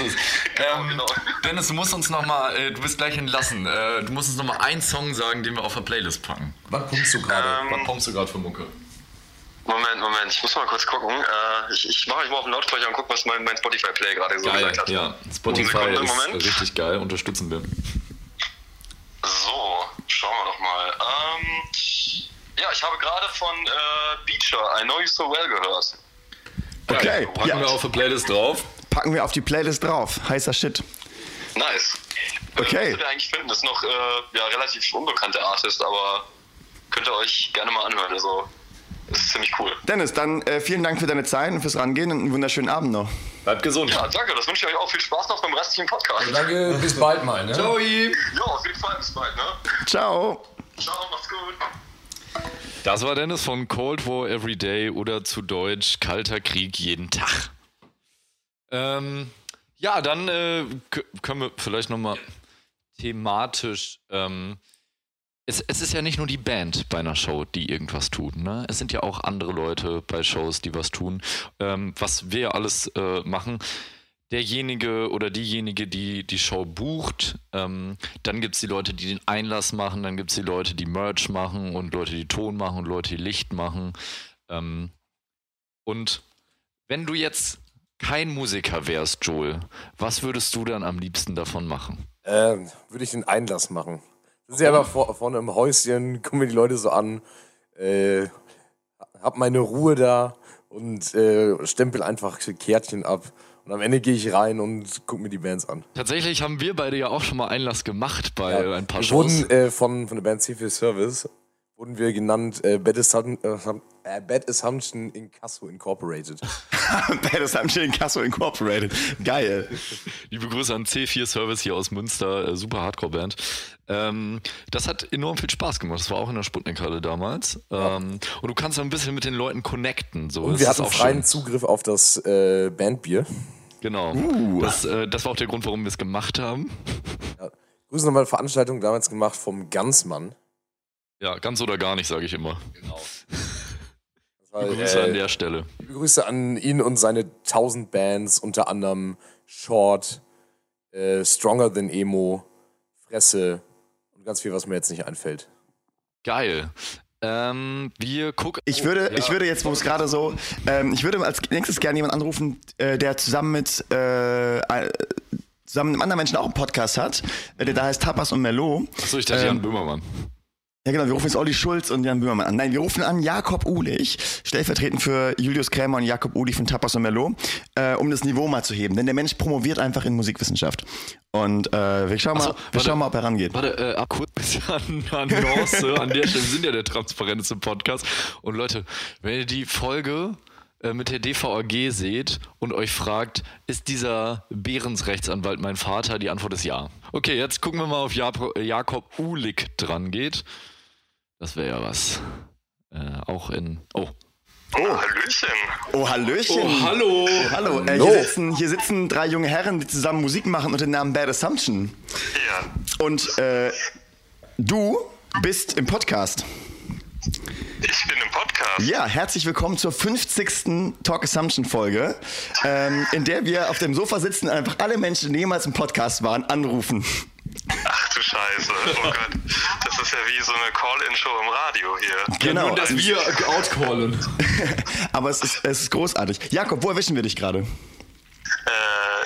Speaker 2: Ähm,
Speaker 6: genau.
Speaker 2: Dennis, du musst uns nochmal, äh, du bist gleich entlassen, äh, du musst uns nochmal einen Song sagen, den wir auf der Playlist packen.
Speaker 4: Was pumpst du
Speaker 6: Ähm,
Speaker 4: gerade?
Speaker 2: Was kommst du gerade für Mucke?
Speaker 6: Moment, Moment, ich muss mal kurz gucken. Äh, ich ich mache mich mal auf den Lautsprecher und gucke, was mein, mein Spotify-Play gerade so gesagt hat.
Speaker 2: ja. Spotify
Speaker 6: Sekunde,
Speaker 2: ist
Speaker 6: Moment.
Speaker 2: richtig geil, unterstützen wir.
Speaker 6: So, schauen wir doch mal. Ähm, ja, ich habe gerade von äh, Beecher I Know You So Well gehört.
Speaker 3: Okay,
Speaker 2: Packen
Speaker 3: ja,
Speaker 2: wir auf der Playlist drauf.
Speaker 3: packen wir auf die Playlist drauf. Heißer Shit.
Speaker 6: Nice.
Speaker 3: Okay.
Speaker 6: Äh, müsstet ihr eigentlich finden, ist noch äh, ja, relativ unbekannter Artist, aber könnt ihr euch gerne mal anhören. Also, ist ziemlich cool.
Speaker 3: Dennis, dann äh, vielen Dank für deine Zeit und fürs Rangehen und einen wunderschönen Abend noch.
Speaker 2: Bleibt gesund.
Speaker 6: Ja, danke, das wünsche ich euch auch. Viel Spaß noch beim restlichen Podcast.
Speaker 4: Danke, bis bald mal, ne?
Speaker 2: Ciao.
Speaker 6: Ja, auf jeden Fall. Bis bald, ne?
Speaker 3: Ciao.
Speaker 6: Ciao, macht's gut.
Speaker 2: Das war Dennis von Cold War Everyday oder zu Deutsch Kalter Krieg jeden Tag. Ähm, ja, dann äh, k- können wir vielleicht nochmal thematisch. Ähm, es, es ist ja nicht nur die Band bei einer Show, die irgendwas tut. Ne? Es sind ja auch andere Leute bei Shows, die was tun. Ähm, was wir ja alles äh, machen. Derjenige oder diejenige, die die Show bucht, ähm, dann gibt es die Leute, die den Einlass machen, dann gibt es die Leute, die Merch machen und Leute, die Ton machen und Leute, die Licht machen. Ähm, und wenn du jetzt kein Musiker wärst, Joel, was würdest du dann am liebsten davon machen?
Speaker 4: Ähm, würde ich den Einlass machen. Sind sie einfach vor, vorne im Häuschen, gucken mir die Leute so an, äh, hab meine Ruhe da und äh, stempel einfach Kärtchen ab. Und am Ende gehe ich rein und guck mir die Bands an.
Speaker 2: Tatsächlich haben wir beide ja auch schon mal Einlass gemacht bei
Speaker 4: Ja,
Speaker 2: ein paar
Speaker 4: wir
Speaker 2: Shows.
Speaker 4: Wurden äh, von, von der Band Civil Service wurden wir genannt äh, Bad, Assum äh, Assum- äh, Bad Assumption Incasso
Speaker 3: <laughs>
Speaker 4: Incorporated.
Speaker 3: Bad Assumption Castle Incorporated. Geil.
Speaker 2: Liebe Grüße an C4 Service hier aus Münster, äh, super Hardcore-Band. Ähm, das hat enorm viel Spaß gemacht. Das war auch in der Sputnikhalle damals. Ähm, und du kannst dann ein bisschen mit den Leuten connecten. So.
Speaker 4: Und
Speaker 2: Das
Speaker 4: wir
Speaker 2: ist
Speaker 4: hatten
Speaker 2: auch
Speaker 4: freien
Speaker 2: schön.
Speaker 4: Zugriff auf das äh, Bandbier.
Speaker 2: Genau.
Speaker 4: Uh.
Speaker 2: Das, äh, das war auch der Grund, warum wir es gemacht haben.
Speaker 4: Grüße nochmal eine Veranstaltung damals gemacht vom Ganzmann.
Speaker 2: Ja, ganz oder gar nicht, sage ich immer.
Speaker 4: Das war,
Speaker 2: Grüße
Speaker 4: äh,
Speaker 2: an der Stelle.
Speaker 4: Liebe Grüße an ihn und seine 1000 Bands, unter anderem Short, äh, Stronger Than Emo, Fresse und ganz viel, was mir jetzt nicht einfällt.
Speaker 2: Geil. Ähm, wir gucken. Oh,
Speaker 3: Ich würde, ich würde jetzt, wo es gerade so, ähm, ich würde als nächstes gerne jemanden anrufen, äh, der zusammen mit, äh, äh, zusammen mit einem anderen Menschen auch einen Podcast hat, äh, der da heißt Tapas und Melo.
Speaker 2: Achso, ich dachte
Speaker 3: Ähm,
Speaker 2: Jan Böhmermann.
Speaker 3: Ja genau, wir rufen jetzt Olli Schulz und Jan Böhmermann an. Nein, wir rufen an Jakob Ulich, stellvertretend für Julius Krämer und Jakob Ulich von Tapas und Melo, äh, um das Niveau mal zu heben. Denn der Mensch promoviert einfach in Musikwissenschaft. Und äh, wir, schauen mal,
Speaker 2: Ach so,
Speaker 3: wir
Speaker 2: warte.
Speaker 3: schauen mal, ob er rangeht.
Speaker 2: Warte, äh, ab kurz <laughs> an, an Norse. an der Stelle wir sind ja der transparenteste Podcast. Und Leute, wenn ihr die Folge äh, mit der DVAG seht und euch fragt, ist dieser Behrens-Rechtsanwalt mein Vater? Die Antwort ist ja. Okay, jetzt gucken wir mal, ob Jap- äh, Jakob Ulik dran geht. Das wäre ja was. Äh, auch in. Oh,
Speaker 7: Oh, Hallöchen.
Speaker 3: Oh, Hallöchen.
Speaker 8: Oh, hallo.
Speaker 3: Hallo, äh, hier, sitzen, hier sitzen drei junge Herren, die zusammen Musik machen unter dem Namen Bad Assumption.
Speaker 7: Ja.
Speaker 3: Und äh, du bist im Podcast.
Speaker 7: Ich bin im Podcast.
Speaker 3: Ja, herzlich willkommen zur 50. Talk Assumption Folge, ähm, in der wir auf dem Sofa sitzen und einfach alle Menschen, die jemals im Podcast waren, anrufen.
Speaker 7: Ach du Scheiße. Oh Gott. Das ist ja wie so eine Call-In-Show im Radio hier.
Speaker 8: Genau. Nur, dass wir outcallen.
Speaker 3: <laughs> Aber es ist, es ist großartig. Jakob, wo erwischen wir dich gerade?
Speaker 7: Äh,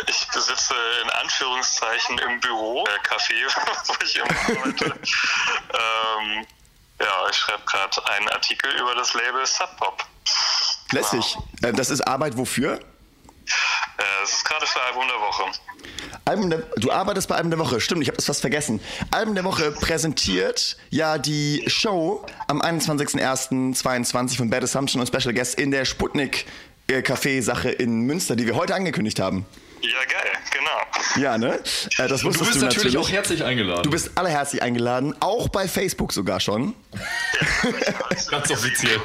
Speaker 7: ich sitze in Anführungszeichen im Büro, äh, Café, <laughs> wo ich immer
Speaker 6: <laughs>
Speaker 7: arbeite. ähm, ja, ich schreibe gerade einen Artikel über das Label Sub Pop.
Speaker 3: Lässig. Äh, das ist Arbeit wofür?
Speaker 7: Äh, es ist gerade für Album der Woche.
Speaker 3: Album der, du arbeitest bei Album der Woche, stimmt, ich habe das fast vergessen. Album der Woche präsentiert ja die Show am 21.01.22 von Bad Assumption und Special Guest in der Sputnik äh, Café-Sache in Münster, die wir heute angekündigt haben.
Speaker 7: Ja, geil, genau.
Speaker 3: Ja, ne? Äh, das
Speaker 8: Du bist
Speaker 3: wusstest du,
Speaker 8: natürlich
Speaker 3: natürlich.
Speaker 8: auch herzlich eingeladen.
Speaker 3: du bist alle herzlich eingeladen, auch bei Facebook sogar schon.
Speaker 8: ganz offiziell.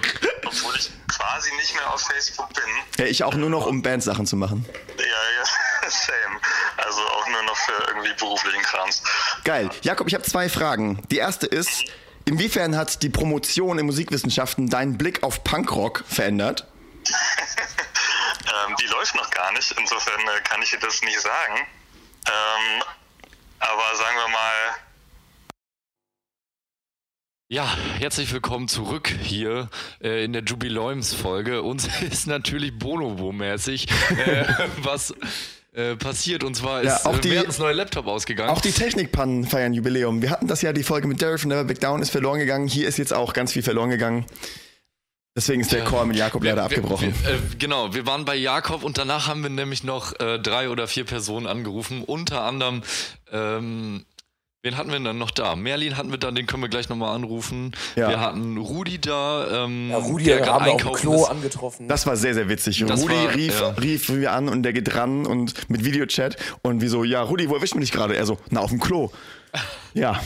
Speaker 7: Obwohl ich quasi nicht mehr auf Facebook bin.
Speaker 3: Ja, ich auch nur noch, um Bandsachen zu machen.
Speaker 7: Ja, ja, <laughs> same. Also auch nur noch für irgendwie beruflichen Krams.
Speaker 3: Geil. Jakob, ich habe zwei Fragen. Die erste ist, inwiefern hat die Promotion in Musikwissenschaften deinen Blick auf Punkrock verändert?
Speaker 7: Ähm, die läuft noch gar nicht, insofern äh, kann ich dir das nicht sagen. Ähm, aber sagen wir mal,
Speaker 2: Ja, herzlich willkommen zurück hier äh, in der Jubiläums-Folge. Uns <laughs> ist natürlich Bonobo-mäßig, äh,
Speaker 3: <laughs>
Speaker 2: was äh, passiert. Und zwar
Speaker 3: Ja,
Speaker 2: ist
Speaker 3: auch
Speaker 2: äh,
Speaker 3: die-
Speaker 2: Mertens neuer Laptop ausgegangen.
Speaker 3: Auch die Technikpannen feiern Jubiläum. Wir hatten das ja, die Folge mit Derek von Never Back Down ist verloren gegangen. Hier ist jetzt auch ganz viel verloren gegangen. Deswegen ist der Chor mit Jakob leider abgebrochen.
Speaker 2: Wir, wir, äh, genau, wir waren bei Jakob und danach haben wir nämlich noch äh, drei oder vier Personen angerufen. Unter anderem, ähm, wen hatten wir denn dann noch da? Merlin hatten wir dann, den können wir gleich nochmal anrufen.
Speaker 3: Ja.
Speaker 2: Wir hatten Rudi da. Ähm,
Speaker 4: Ja, Rudi
Speaker 2: der gerade
Speaker 4: haben wir auf dem
Speaker 2: einkaufen
Speaker 4: Klo
Speaker 2: ist.
Speaker 4: angetroffen.
Speaker 3: Das war sehr, sehr witzig.
Speaker 2: Das
Speaker 3: Rudi
Speaker 2: war-
Speaker 3: rief,
Speaker 2: ja.
Speaker 3: rief mir an und der geht ran und mit Videochat und wie so, ja, Rudi, wo erwischt mich gerade? Er so, na, auf dem Klo. Ja.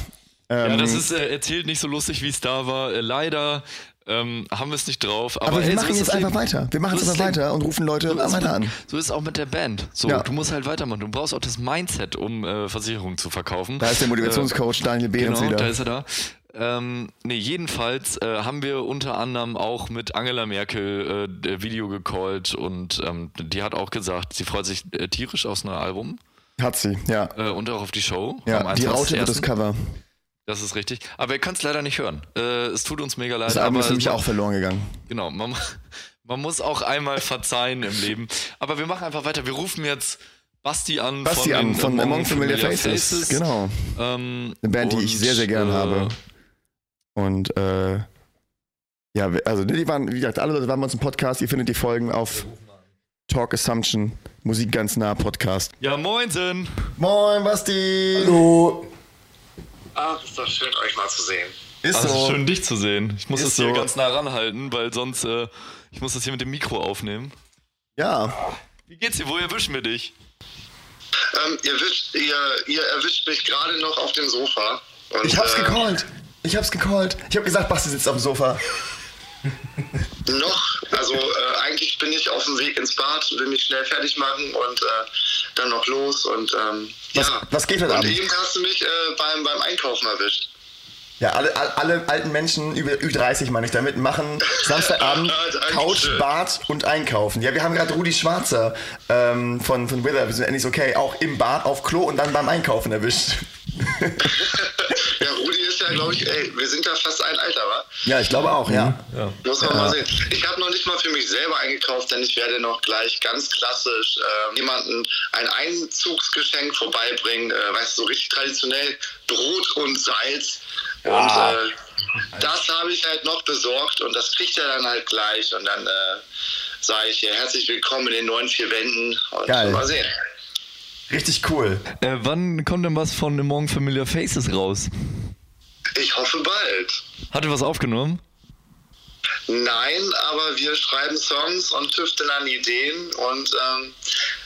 Speaker 3: Ähm,
Speaker 2: Ja, das ist äh, erzählt nicht so lustig, wie es da war. Äh, leider ähm, haben wir es nicht drauf. Aber,
Speaker 3: aber wir
Speaker 2: ey, so
Speaker 3: machen
Speaker 2: ist
Speaker 3: jetzt
Speaker 2: das
Speaker 3: einfach
Speaker 2: Leben.
Speaker 3: weiter. Wir machen jetzt
Speaker 2: So ist
Speaker 3: einfach
Speaker 2: das Leben.
Speaker 3: weiter und rufen Leute
Speaker 2: So ist
Speaker 3: weiter
Speaker 2: mit-
Speaker 3: an.
Speaker 2: So ist auch mit der Band. So,
Speaker 3: Ja.
Speaker 2: du musst halt weitermachen. Du brauchst auch das Mindset, um äh, Versicherungen zu verkaufen.
Speaker 3: Da ist der Motivationscoach Daniel Behrens
Speaker 2: Genau, da
Speaker 3: wieder.
Speaker 2: ist er da. Ähm, nee, jedenfalls äh, haben wir unter anderem auch mit Angela Merkel äh, d- Video gecallt und ähm, die hat auch gesagt, sie freut sich äh, tierisch aufs neue Album
Speaker 3: Hat sie, ja.
Speaker 2: äh, und auch auf die Show.
Speaker 3: Ja,
Speaker 2: am
Speaker 3: die Raute wird
Speaker 2: 21.01..
Speaker 3: das Cover.
Speaker 2: Das ist richtig. Aber ihr könnt es leider nicht hören. Äh, es tut uns mega leid.
Speaker 3: Das Album
Speaker 2: aber
Speaker 3: ist
Speaker 2: es-
Speaker 3: nämlich auch verloren gegangen.
Speaker 2: Genau, man, mu- <laughs> man muss auch einmal verzeihen im Leben. Aber wir machen einfach weiter. Wir rufen jetzt Basti an.
Speaker 3: Basti an,
Speaker 2: den
Speaker 3: von Among Familiar Faces. Genau.
Speaker 2: Ähm,
Speaker 3: Eine Band, die
Speaker 2: und,
Speaker 3: ich sehr, sehr gern
Speaker 2: äh,
Speaker 3: habe. Und äh, ja, wir- also ne, die waren, wie gesagt, alle Leute waren bei uns im Podcast. Ihr findet die Folgen auf Talk Assumption, Musik ganz nah Podcast.
Speaker 2: Ja, moinsen.
Speaker 3: Moin, Basti!
Speaker 4: Hallo.
Speaker 6: Ach, ist das schön, euch mal zu sehen.
Speaker 3: Ist
Speaker 2: Also
Speaker 3: so.
Speaker 2: schön, dich zu sehen. Ich muss
Speaker 3: Ist
Speaker 2: es hier
Speaker 3: so.
Speaker 2: ganz nah ranhalten, weil sonst, äh, ich muss das hier mit dem Mikro aufnehmen.
Speaker 3: Ja,
Speaker 2: Wie geht's dir? Wo erwischen wir dich?
Speaker 6: Ähm, ihr, wischt, ihr, ihr erwischt mich gerade noch auf dem Sofa. Und,
Speaker 3: ich hab's
Speaker 6: äh,
Speaker 3: gecallt. Ich hab's gecallt. Ich hab gesagt, Basti sitzt auf dem Sofa.
Speaker 6: Noch, also äh, eigentlich bin ich auf dem Weg ins Bad, will mich schnell fertig machen und äh, dann noch los. Und ähm,
Speaker 3: Was-
Speaker 6: ja.
Speaker 3: was geht heute
Speaker 6: Und
Speaker 3: Abend?
Speaker 6: eben hast du mich äh, beim, beim Einkaufen erwischt.
Speaker 3: Ja, alle, alle, alle alten Menschen über Ü30 meine ich damit machen Samstagabend
Speaker 6: Dankeschön.
Speaker 3: Couch, Bad und Einkaufen. Ja, wir haben gerade Rudi Schwarzer ähm, von, von Wither, wir sind endlich okay, auch im Bad, auf Klo und dann beim Einkaufen erwischt.
Speaker 6: Ja, Rudi ist ja, glaube ich, ey, wir sind ja fast ein Alter, wa?
Speaker 3: Ja, ich glaube auch, ja.
Speaker 6: Muss man mal sehen. Ich habe noch nicht mal für mich selber eingekauft, denn ich werde noch gleich ganz klassisch ähm, jemanden ein Einzugsgeschenk vorbeibringen. Äh, weißt du, so richtig traditionell Brot und Salz. Und äh, das habe ich halt noch besorgt und das kriegt er dann halt gleich. Und dann äh, sage ich hier herzlich willkommen in den neuen vier Wänden. Und
Speaker 3: Geil.
Speaker 6: mal sehen.
Speaker 3: Richtig cool.
Speaker 2: Äh, wann kommt denn was von Among Familiar Faces raus?
Speaker 6: Ich hoffe bald.
Speaker 2: Hat er was aufgenommen?
Speaker 6: Nein, aber wir schreiben Songs und tüfteln an Ideen und ähm,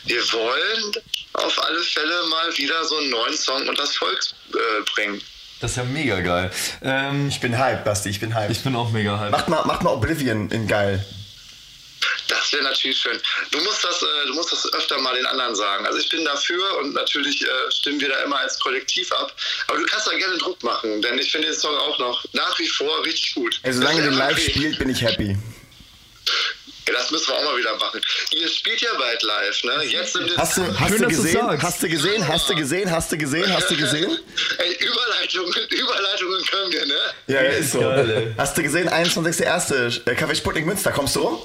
Speaker 6: wir wollen auf alle Fälle mal wieder so einen neuen Song und das Volk äh, bringen.
Speaker 2: Das ist ja mega geil. Ähm,
Speaker 3: Ich bin hyped, Basti, ich bin hyped.
Speaker 2: ich bin auch mega hyped.
Speaker 3: Macht mal, macht mal Oblivion in geil.
Speaker 6: wäre natürlich schön. Du musst das, äh, du musst das öfter mal den anderen sagen. Also ich bin dafür und natürlich äh, stimmen wir da immer als Kollektiv ab. Aber du kannst da gerne Druck machen, denn ich finde den Song auch noch nach wie vor richtig gut.
Speaker 3: Ey, solange
Speaker 6: Das
Speaker 3: ihr
Speaker 6: ist
Speaker 3: den
Speaker 6: ja
Speaker 3: live
Speaker 6: okay.
Speaker 3: spielt, bin ich happy.
Speaker 6: Ja, Das müssen wir auch mal wieder machen. Ihr spielt ja bald live, ne? Jetzt im
Speaker 3: Hast du, hast du gesehen? Hast du gesehen? Hast du gesehen? Hast du gesehen? Hast du gesehen?
Speaker 6: Ey, Überleitungen, <laughs> Überleitungen können wir, ne?
Speaker 3: Ja, ja, ist so. Hast du gesehen? 21.01. äh, Café Sputnik Münster. Kommst du rum?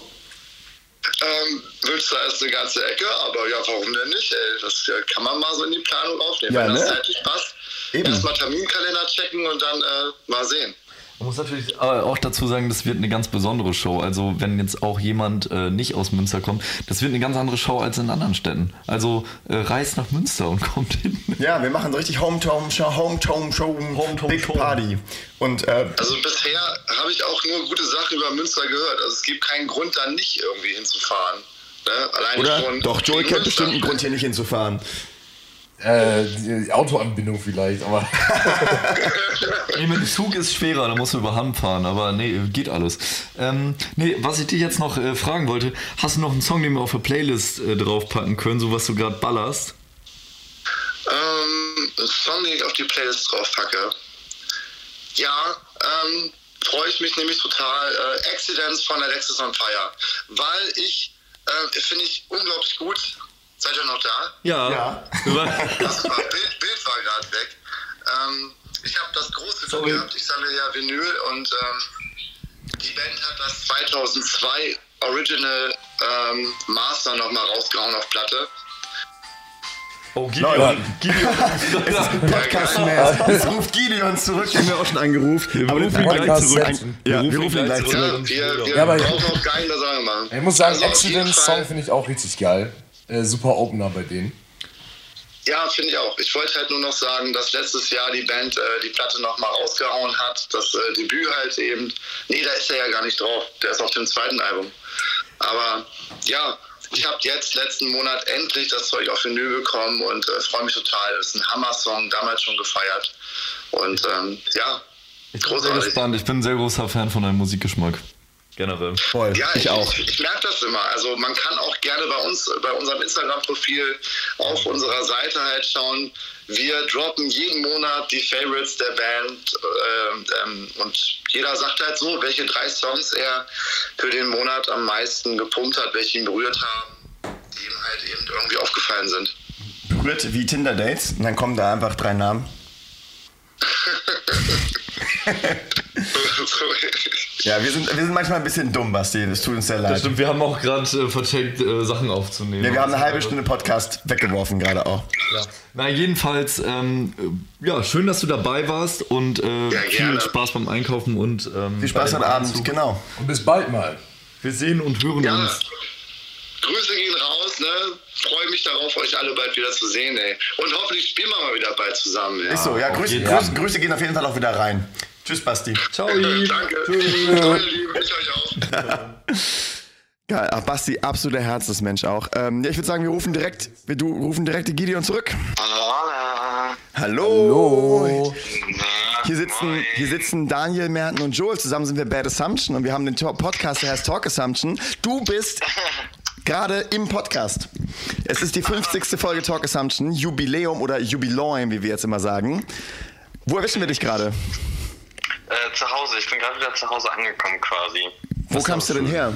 Speaker 6: Ähm, Münster ist eine ganze Ecke, aber ja, warum denn nicht? Ey, das äh, kann man mal so in die Planung aufnehmen,
Speaker 3: Ja,
Speaker 6: wenn das
Speaker 3: ne?
Speaker 6: zeitlich passt.
Speaker 3: Eben.
Speaker 6: Erstmal Terminkalender checken und dann äh, mal sehen.
Speaker 2: Man muss natürlich äh, auch dazu sagen, das wird eine ganz besondere Show. Also wenn jetzt auch jemand äh, nicht aus Münster kommt, das wird eine ganz andere Show als in anderen Städten. Also äh, reist nach Münster und <laughs> kommt hin.
Speaker 3: Ja, wir machen so richtig Hometown Show, Hometown Show,
Speaker 2: Hometown
Speaker 3: Big
Speaker 2: Show.
Speaker 3: Party. Und äh,
Speaker 6: Also bisher habe ich auch nur gute Sachen über Münster gehört. Also es gibt keinen Grund, da nicht irgendwie hinzufahren. Ne? Alleine
Speaker 3: oder?
Speaker 6: schon
Speaker 3: Doch, Joel
Speaker 6: wegen
Speaker 3: kennt
Speaker 6: Münster.
Speaker 3: bestimmt einen Grund, hier nicht hinzufahren.
Speaker 4: Äh, die Autoanbindung vielleicht, aber. <laughs>
Speaker 2: Nee, mit dem Zug ist schwerer, da musst du über Hamm fahren, aber nee, geht alles. Ähm, nee, was ich dich jetzt noch äh, fragen wollte, hast du noch einen Song, den wir auf der Playlist äh, draufpacken können, so was du gerade ballerst?
Speaker 6: Ähm, ein Song, den ich auf die Playlist draufpacke. Ja, ähm, freue ich mich nämlich total. Äh, Accidents von Alexis on Fire. Weil ich, äh, finde ich unglaublich gut. Seid ihr noch da?
Speaker 2: Ja.
Speaker 6: Das war, Bild, Bild war gerade weg. Ähm, ich habe das große Glück gehabt. Ich sammle ja Vinyl und ähm, die Band hat das 2002 Original ähm, Master nochmal rausgehauen auf Platte.
Speaker 2: oh,
Speaker 3: Leute.
Speaker 2: Gideon. Gideon.
Speaker 3: Podcast mehr. Es ruft Gideon zurück, den wir auch schon angerufen. Wir
Speaker 2: rufen ihn gleich
Speaker 4: zurück.
Speaker 3: Ja, wir rufen ihn gleich
Speaker 2: zurück.
Speaker 3: zurück.
Speaker 6: Ja, wir wir
Speaker 4: Ja, aber-
Speaker 6: brauchen auch geile Sachen machen.
Speaker 4: Ich muss sagen,
Speaker 6: Also auf jeden
Speaker 4: Accident
Speaker 6: Fall-
Speaker 4: Song finde ich auch richtig geil. Äh, super Opener bei denen.
Speaker 6: Ja, finde ich auch. Ich wollte halt nur noch sagen, dass letztes Jahr die Band äh, die Platte nochmal rausgehauen hat. Das äh, Debüt halt eben. Nee, da ist er ja gar nicht drauf. Der ist auf dem zweiten Album. Aber ja, ich habe jetzt letzten Monat endlich das Zeug auf Vinyl bekommen und äh, freue mich total. Das ist ein Hammer-Song, damals schon gefeiert. Und ähm, ja,
Speaker 2: Ich bin sehr
Speaker 6: großartig.
Speaker 2: gespannt, ich bin ein sehr großer Fan von deinem Musikgeschmack. Generell.
Speaker 3: Voll.
Speaker 6: Ja,
Speaker 3: ich auch.
Speaker 6: Ich, ich merke das immer. Also man kann auch gerne bei uns, bei unserem Instagram-Profil auf unserer Seite halt schauen. Wir droppen jeden Monat die Favorites der Band ähm, ähm, und jeder sagt halt so, welche drei Songs er für den Monat am meisten gepumpt hat, welche ihn berührt haben, die ihm halt eben irgendwie aufgefallen sind. <laughs>
Speaker 3: Berührt wie Tinder-Dates und dann kommen da einfach drei Namen. Ja, wir sind, wir sind manchmal ein bisschen dumm, Basti. Das tut uns sehr leid.
Speaker 2: Stimmt, wir haben auch gerade äh, vercheckt, äh, Sachen aufzunehmen.
Speaker 3: Ja, wir haben eine halbe Stunde Podcast weggeworfen gerade auch.
Speaker 2: Na, jedenfalls, ähm, äh, ja, schön, dass du dabei warst und äh, viel
Speaker 6: gerne.
Speaker 2: Spaß beim Einkaufen und ähm,
Speaker 3: Viel Spaß
Speaker 2: beim
Speaker 3: heute Abend,
Speaker 2: Umzug.
Speaker 3: genau.
Speaker 4: Und bis bald mal.
Speaker 2: Wir sehen und hören
Speaker 6: Ja.
Speaker 2: uns.
Speaker 6: Grüße gehen raus, ne? Freue mich darauf, euch alle bald wieder zu sehen, ey. Und hoffentlich spielen wir mal wieder bald zusammen, ja.
Speaker 3: Ist so, ja,
Speaker 2: auf
Speaker 3: Grüße,
Speaker 2: jeden
Speaker 3: Grüße, Grüße gehen auf jeden Fall auch wieder rein. Tschüss, Basti.
Speaker 2: Ciao.
Speaker 6: <laughs> Danke. Meine Lieben, ich euch auch.
Speaker 3: Geil, ach, Basti, absoluter Herzensmensch auch. Ähm, ja, ich würde sagen, wir rufen direkt, wir du, rufen direkt die Gideon zurück. Hallo. Hallo. Hier sitzen, hier sitzen Daniel, Merten und Joel. Zusammen sind wir Bad Assumption und wir haben den Top- Podcast, der heißt Talk Assumption. Du bist gerade im Podcast. Es ist die 50. Folge Talk Assumption, Jubiläum oder Jubiläum, wie wir jetzt immer sagen. Wo erwischen wir dich gerade?
Speaker 7: Äh, zu Hause, ich bin gerade wieder zu Hause angekommen quasi.
Speaker 3: Wo kamst du denn her?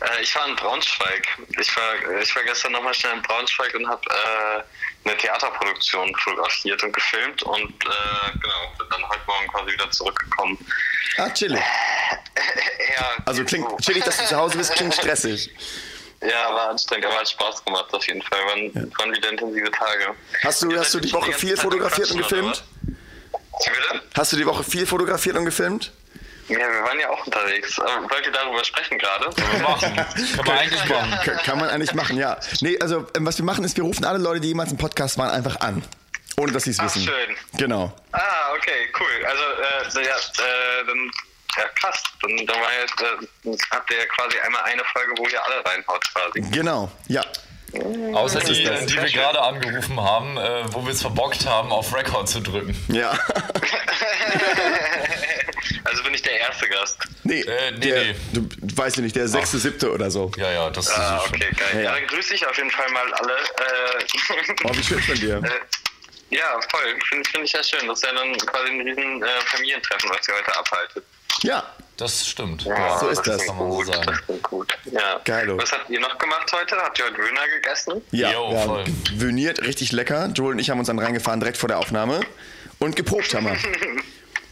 Speaker 7: Äh, ich war in Braunschweig. Ich war, ich war gestern nochmal schnell in Braunschweig und habe äh, eine Theaterproduktion fotografiert und gefilmt und äh, genau, bin dann heute Morgen quasi wieder zurückgekommen.
Speaker 3: Ah, chillig.
Speaker 7: <laughs> ja,
Speaker 3: Also klingt
Speaker 7: so.
Speaker 3: chillig, dass du zu Hause bist, klingt stressig.
Speaker 7: Ja, war anstrengend, aber hat Spaß gemacht auf jeden Fall. Waren, waren wieder intensive Tage.
Speaker 3: Hast du-
Speaker 7: Ihr
Speaker 3: hast
Speaker 7: seid
Speaker 3: du die
Speaker 7: schon
Speaker 3: Woche
Speaker 7: ganze
Speaker 3: viel
Speaker 7: Zeit
Speaker 3: fotografiert und
Speaker 7: quatschen, oder
Speaker 3: gefilmt?
Speaker 7: was? Bitte?
Speaker 3: Hast du die Woche viel fotografiert und gefilmt?
Speaker 7: Ja, wir waren ja auch unterwegs. Aber Wollt ihr darüber sprechen gerade? Sollen wir <laughs> machen?
Speaker 2: Kann man eigentlich machen.
Speaker 3: Kann, kann man eigentlich machen, ja. Nee, also ähm, was wir machen ist, wir rufen alle Leute, die jemals im Podcast waren, einfach an. Ohne dass sie es
Speaker 7: Ach,
Speaker 3: wissen.
Speaker 7: schön.
Speaker 3: Genau.
Speaker 7: Ah, okay, cool. Also, äh, so, ja, äh, dann, ja, krass. Dann, dann war jetzt, äh, habt ihr ja quasi einmal eine Folge, wo ihr alle reinhaut quasi.
Speaker 3: Genau. Ja.
Speaker 2: Außer die, äh, die wir gerade angerufen haben, äh, wo wir es verbockt haben, auf Record zu drücken.
Speaker 3: Ja.
Speaker 7: <laughs> Also bin ich der erste Gast.
Speaker 3: Nee,
Speaker 2: Äh, nee,
Speaker 3: der,
Speaker 2: nee.
Speaker 3: Du, du weißt ja nicht, der sechste, siebte oder so.
Speaker 2: Ja, ja, das ist
Speaker 7: Ah,
Speaker 2: schon.
Speaker 7: okay, geil.
Speaker 3: Ja,
Speaker 7: Ja,
Speaker 3: ja.
Speaker 7: dann grüße ich auf jeden Fall mal alle. Äh,
Speaker 3: Oh, wie schön von dir.
Speaker 7: äh, ja, voll. Finde find ich ja schön. Das ist ja dann quasi ein riesen äh, Familientreffen, was ihr heute abhaltet.
Speaker 3: Ja,
Speaker 2: Das stimmt.
Speaker 7: Ja,
Speaker 3: so ist das.
Speaker 7: klingt
Speaker 2: Kann man so
Speaker 7: gut,
Speaker 2: sagen.
Speaker 7: Das klingt gut. Ja.
Speaker 3: Geilo.
Speaker 7: Was habt ihr noch gemacht heute? Habt ihr heute Döner gegessen?
Speaker 3: ja.
Speaker 2: Jo,
Speaker 3: wir
Speaker 2: voll.
Speaker 3: haben gewöhniert, richtig lecker. Joel und ich haben uns dann reingefahren, direkt vor der Aufnahme. Und geprobt haben wir.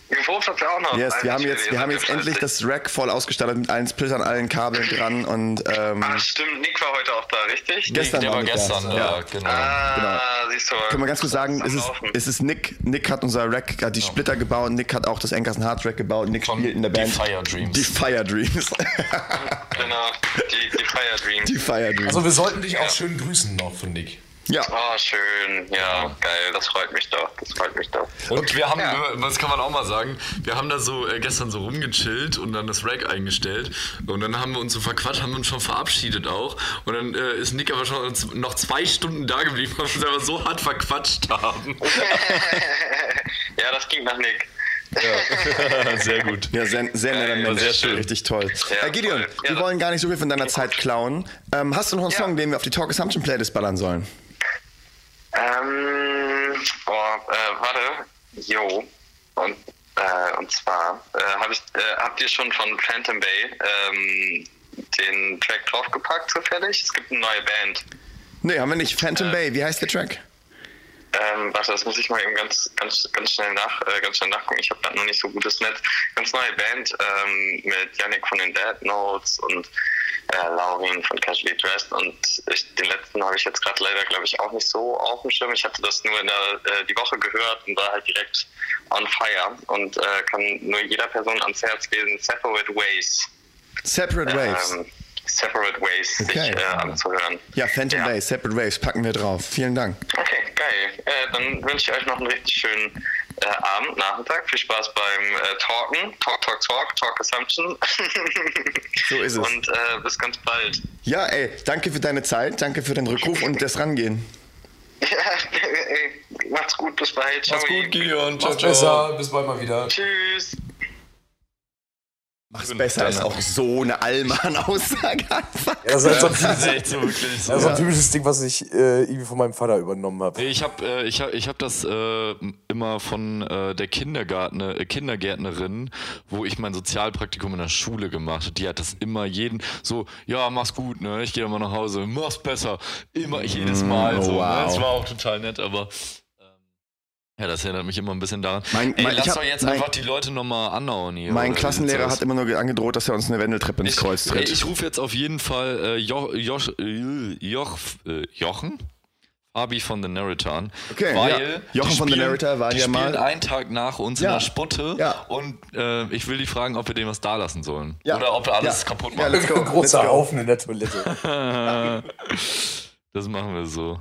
Speaker 7: Geprobt habt ihr auch noch.
Speaker 3: Yes, wir haben jetzt, wir haben jetzt
Speaker 7: Alter,
Speaker 3: endlich das Rack voll ausgestattet mit allen Splittern, allen Kabeln dran und ähm,
Speaker 7: Ah, stimmt. Nick war heute auch da, richtig?
Speaker 3: gestern
Speaker 2: der
Speaker 3: waren
Speaker 2: war
Speaker 3: wir da.
Speaker 2: gestern, ja,
Speaker 3: Ja.
Speaker 2: genau.
Speaker 7: Ah, siehst du.
Speaker 3: Können wir ganz kurz sagen, es ist, es ist Nick. Nick hat unser Rack, hat die Splitter gebaut, Nick hat auch das Ankersen Hard Rack gebaut, Nick
Speaker 2: Von
Speaker 3: spielt in der
Speaker 2: Die
Speaker 3: Band.
Speaker 2: Fire Dreams.
Speaker 3: Die Fire Dreams.
Speaker 7: Genau, die, die Fire Dream.
Speaker 3: die Fire Dreams.
Speaker 4: Also wir sollten dich auch schön grüßen noch von Nick.
Speaker 3: ja.
Speaker 7: Oh, schön. Ja, Oh, geil. Das freut mich doch. Das freut mich doch.
Speaker 2: Und wir haben, äh, was kann man auch mal sagen, wir haben da so äh, gestern so rumgechillt und dann das Rack eingestellt und dann haben wir uns so verquatscht, haben uns schon verabschiedet auch und dann äh, ist Nick aber schon z- noch zwei Stunden da geblieben, weil wir uns einfach so hart verquatscht haben.
Speaker 7: <laughs> ja, das ging nach Nick.
Speaker 2: Sehr gut.
Speaker 3: Ja, sehr, sehr netter
Speaker 7: Geil,
Speaker 3: Mensch.
Speaker 2: sehr schön.
Speaker 3: Richtig toll.
Speaker 7: Ja,
Speaker 3: äh, Gideon,
Speaker 7: voll. Ja,
Speaker 3: wir
Speaker 7: das-
Speaker 3: wollen gar nicht so viel von deiner Zeit klauen. Ähm, hast du noch einen
Speaker 7: Ja.
Speaker 3: Song, den wir auf die Talk Assumption Playlist ballern sollen?
Speaker 7: Ähm, boah, äh, warte. Jo. Und, äh, und zwar, äh, hab ich, äh, habt ihr schon von Phantom Bay ähm, den Track draufgepackt zufällig? Es gibt eine neue Band.
Speaker 3: Nee, haben wir nicht. Phantom
Speaker 2: Äh.
Speaker 3: Bay, wie heißt der Track?
Speaker 7: Ähm, warte, das muss ich mal eben ganz, ganz, ganz schnell nach, äh, ganz schnell nachgucken. Ich habe da noch nicht so gutes Netz. Ganz neue Band ähm, mit Yannick von den Dead Notes und äh, Laurin von Casually Dressed und ich, den letzten habe ich jetzt gerade leider, glaube ich, auch nicht so auf dem Schirm. Ich hatte das nur in der äh, die Woche gehört und war halt direkt on fire und äh, kann nur jeder Person ans Herz lesen. Separate Ways.
Speaker 3: Separate Waves.
Speaker 7: Ähm, Separate Ways,
Speaker 3: Okay.
Speaker 7: sich äh, anzuhören.
Speaker 3: ja, Phantom Bay, Separate Waves, packen wir drauf. Vielen Dank.
Speaker 7: Okay, geil. Äh, dann wünsche ich euch noch einen richtig schönen äh, Abend, Nachmittag. Viel Spaß beim äh, Talken. Talk, Talk, Talk, Talk Assumption.
Speaker 3: <laughs> So ist es.
Speaker 7: Und äh, bis ganz bald. <laughs>
Speaker 3: Ja, ey, danke für deine Zeit, danke für den Rückruf und das Rangehen.
Speaker 7: Ja, ey, macht's gut, bis bald. Ciao.
Speaker 2: Gideon.
Speaker 4: Mach's besser, bis bald mal wieder.
Speaker 7: Tschüss.
Speaker 3: Mach's besser ist
Speaker 2: <laughs>
Speaker 3: auch so eine Allmann-Aussage einfach.
Speaker 4: Ja, das ist halt so ein
Speaker 2: Das
Speaker 4: typisches,
Speaker 2: ist echt so wirklich so.
Speaker 4: das ist so ein typisches Ding, was ich äh, irgendwie von meinem Vater übernommen habe.
Speaker 2: Nee, Ich habe äh, ich hab, ich hab das äh, immer von äh, der Kindergärtner, äh, Kindergärtnerin, wo ich mein Sozialpraktikum in der Schule gemacht habe. Die hat das immer jeden so, ja, mach's gut, ne? Ich gehe immer nach Hause, mach's besser. Immer jedes Mal so. Ne?
Speaker 3: Mm, wow.
Speaker 2: Das war auch total nett, aber ähm, ja, das erinnert mich immer ein bisschen daran.
Speaker 3: Mein-
Speaker 2: Ey,
Speaker 3: mein-
Speaker 2: lass
Speaker 3: ich hab-
Speaker 2: doch jetzt
Speaker 3: mein-
Speaker 2: einfach die Leute nochmal anhauen hier.
Speaker 3: Mein
Speaker 2: oder?
Speaker 3: Klassenlehrer
Speaker 2: Das-
Speaker 3: hat immer nur ge- angedroht, dass er uns eine Wendeltreppe ins
Speaker 2: ich,
Speaker 3: Kreuz
Speaker 2: ey,
Speaker 3: tritt.
Speaker 2: Ich rufe jetzt auf jeden Fall äh, jo, Josh, äh, Joch, äh, Jochen? Fabi von The Narrator an.
Speaker 3: Okay, ja.
Speaker 2: weil die
Speaker 3: Jochen von The
Speaker 2: spielen-
Speaker 3: Narrator war
Speaker 2: die
Speaker 3: ja mal-
Speaker 2: spielen einen Tag nach uns in
Speaker 3: Ja.
Speaker 2: der Spotte
Speaker 3: Ja.
Speaker 2: und äh, ich will die fragen, ob wir dem was da lassen sollen.
Speaker 3: Ja.
Speaker 2: Oder ob wir alles
Speaker 3: Ja.
Speaker 2: kaputt
Speaker 3: Ja,
Speaker 2: machen.
Speaker 3: let's go,
Speaker 2: <laughs>
Speaker 3: let's
Speaker 4: Großer
Speaker 3: go.
Speaker 4: Haufen in der Toilette.
Speaker 2: <laughs> das machen wir so.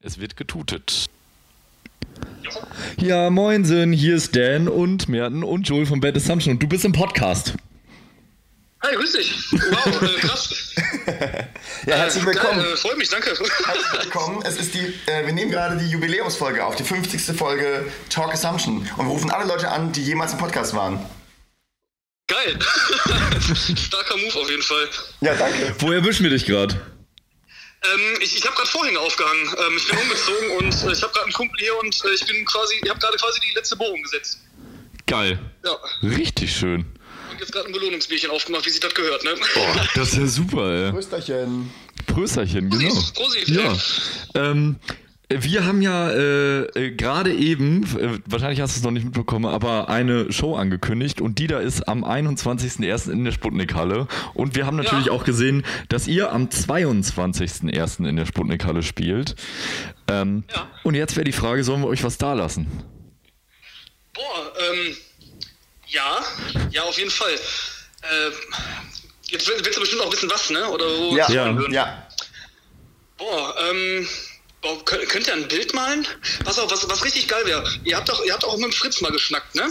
Speaker 2: Es wird getutet.
Speaker 9: Ja, moinsen, hier ist Dan und Merten und Joel von Bad Assumption und du bist im Podcast.
Speaker 8: Hi, grüß dich. Wow, äh, krass.
Speaker 3: Ja, herzlich willkommen.
Speaker 8: Geil, äh, freut mich, danke.
Speaker 3: Willkommen. Es ist die, äh, wir nehmen gerade die Jubiläumsfolge auf, die 50. Folge Talk Assumption. Und wir rufen alle Leute an, die jemals im Podcast waren.
Speaker 8: Geil. <laughs> Starker Move auf jeden Fall.
Speaker 3: Ja, danke.
Speaker 9: Wo erwischen wir dich gerade?
Speaker 8: Ähm, ich ich habe gerade Vorhänge aufgehangen. Ähm, ich bin umgezogen und äh, ich habe gerade einen Kumpel hier und äh, ich bin quasi, ich habe gerade quasi die letzte Bohrung gesetzt.
Speaker 2: Geil.
Speaker 8: Ja,
Speaker 2: Richtig schön.
Speaker 8: und jetzt gerade ein Belohnungsbierchen aufgemacht, wie sich das gehört, ne?
Speaker 2: Boah, das ist ja super, ey.
Speaker 3: Rösterchen.
Speaker 2: Prösterchen,
Speaker 8: <laughs>
Speaker 2: genau.
Speaker 8: Prosit, Prosit.
Speaker 9: Ja. Ähm, wir haben ja äh, äh, gerade eben, äh, wahrscheinlich hast du es noch nicht mitbekommen, aber eine Show angekündigt und die da ist am 21.01. in der Sputnik-Halle. Und wir haben natürlich auch gesehen, dass ihr am 22.01. in der Sputnik-Halle spielt. Ähm, Und jetzt wäre die Frage, sollen wir euch was da lassen?
Speaker 8: Boah, ähm, ja, ja, auf jeden Fall. Ähm, jetzt will- willst du bestimmt auch wissen, was, ne? Oder wo
Speaker 3: Ja,
Speaker 8: wir
Speaker 9: Ja.
Speaker 3: ja.
Speaker 8: hin würden. Boah, ähm, boah, könnt, könnt ihr ein Bild malen? Pass auf, was, was richtig geil wäre. Ihr habt doch, ihr habt auch mit dem Fritz mal geschnackt, ne?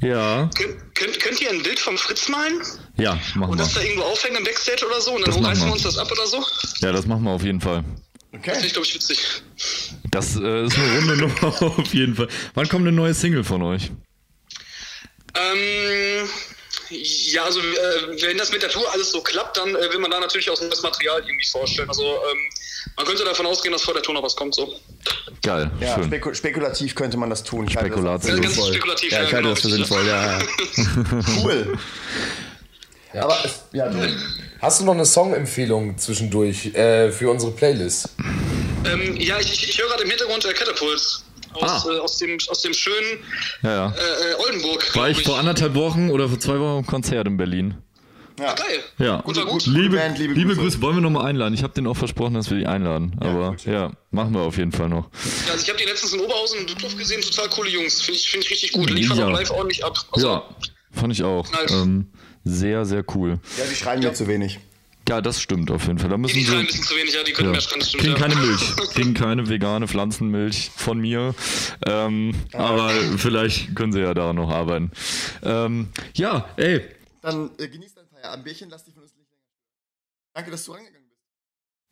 Speaker 9: Ja.
Speaker 8: Könnt, könnt, könnt ihr ein Bild vom Fritz malen?
Speaker 9: Ja, machen
Speaker 8: Und das da
Speaker 9: wir.
Speaker 8: irgendwo aufhängen im Backstage oder so? Und dann
Speaker 9: Das machen
Speaker 8: reißen
Speaker 9: wir.
Speaker 8: wir uns das ab oder so?
Speaker 9: Ja, das machen wir auf jeden Fall.
Speaker 8: Finde
Speaker 3: Okay.
Speaker 8: ich, glaube ich, witzig.
Speaker 9: <laughs> Das äh, ist eine runde Nummer auf jeden Fall. Wann kommt eine neue Single von euch?
Speaker 6: Ähm, ja, also äh, wenn das mit der Tour alles so klappt, dann äh, will man da natürlich auch neues Material irgendwie vorstellen. Also ähm, man könnte davon ausgehen, dass vor der Tour noch was kommt. So.
Speaker 10: Geil,
Speaker 3: Ja,
Speaker 10: schön.
Speaker 3: speku spekulativ könnte man das tun. Ich halte das-
Speaker 10: Spekulatius.
Speaker 6: Ganz spekulativ.
Speaker 3: Ja, ich halte
Speaker 6: genau,
Speaker 3: das für
Speaker 6: richtig.
Speaker 3: sinnvoll, ja. ja. <laughs> cool. Aber es, ja, du.
Speaker 4: Hast du noch eine Songempfehlung zwischendurch äh, für unsere Playlist?
Speaker 6: Ähm, ja, ich, ich, ich höre gerade im Hintergrund äh, Catapult aus,
Speaker 10: Ah.
Speaker 6: äh, aus, dem, aus dem schönen
Speaker 10: Ja, ja.
Speaker 6: äh, äh, Oldenburg.
Speaker 10: War
Speaker 6: glaub
Speaker 10: ich vor anderthalb Wochen oder vor zwei Wochen im Konzert in Berlin.
Speaker 3: Ja.
Speaker 6: Geil.
Speaker 10: Ja,
Speaker 6: Gut war gut.
Speaker 10: Liebe,
Speaker 3: Band, liebe
Speaker 10: liebe,
Speaker 3: Grüße.
Speaker 10: Grüße. wollen wir nochmal einladen. Ich habe denen auch versprochen, dass wir die einladen. Aber ja, machen wir auf jeden Fall noch.
Speaker 6: Ja, also ich habe die letztens in Oberhausen in Düsseldorf gesehen, total coole Jungs. Finde ich, find ich richtig gut. Liefern
Speaker 10: Ja.
Speaker 6: auch live ordentlich ab. Also,
Speaker 10: Ja, fand ich auch.
Speaker 6: Nice.
Speaker 10: Ähm, sehr, sehr cool.
Speaker 3: Ja, die schreien mir zu wenig.
Speaker 10: Ja, das stimmt auf jeden Fall. Da müssen
Speaker 6: Die drei ein
Speaker 10: sie.
Speaker 6: bisschen zu wenig, ja, die können
Speaker 10: Ja.
Speaker 6: mehr schreien, das stimmt.
Speaker 10: Kriegen
Speaker 6: ja.
Speaker 10: keine Milch. Kriegen keine vegane Pflanzenmilch von mir. Ähm, aber vielleicht können sie ja daran noch arbeiten. Ähm, ja, ey.
Speaker 3: Dann äh, genieß dein Feierabendbierchen, lass dich von uns nicht länger. Danke, dass du rangegangen bist.
Speaker 6: <laughs>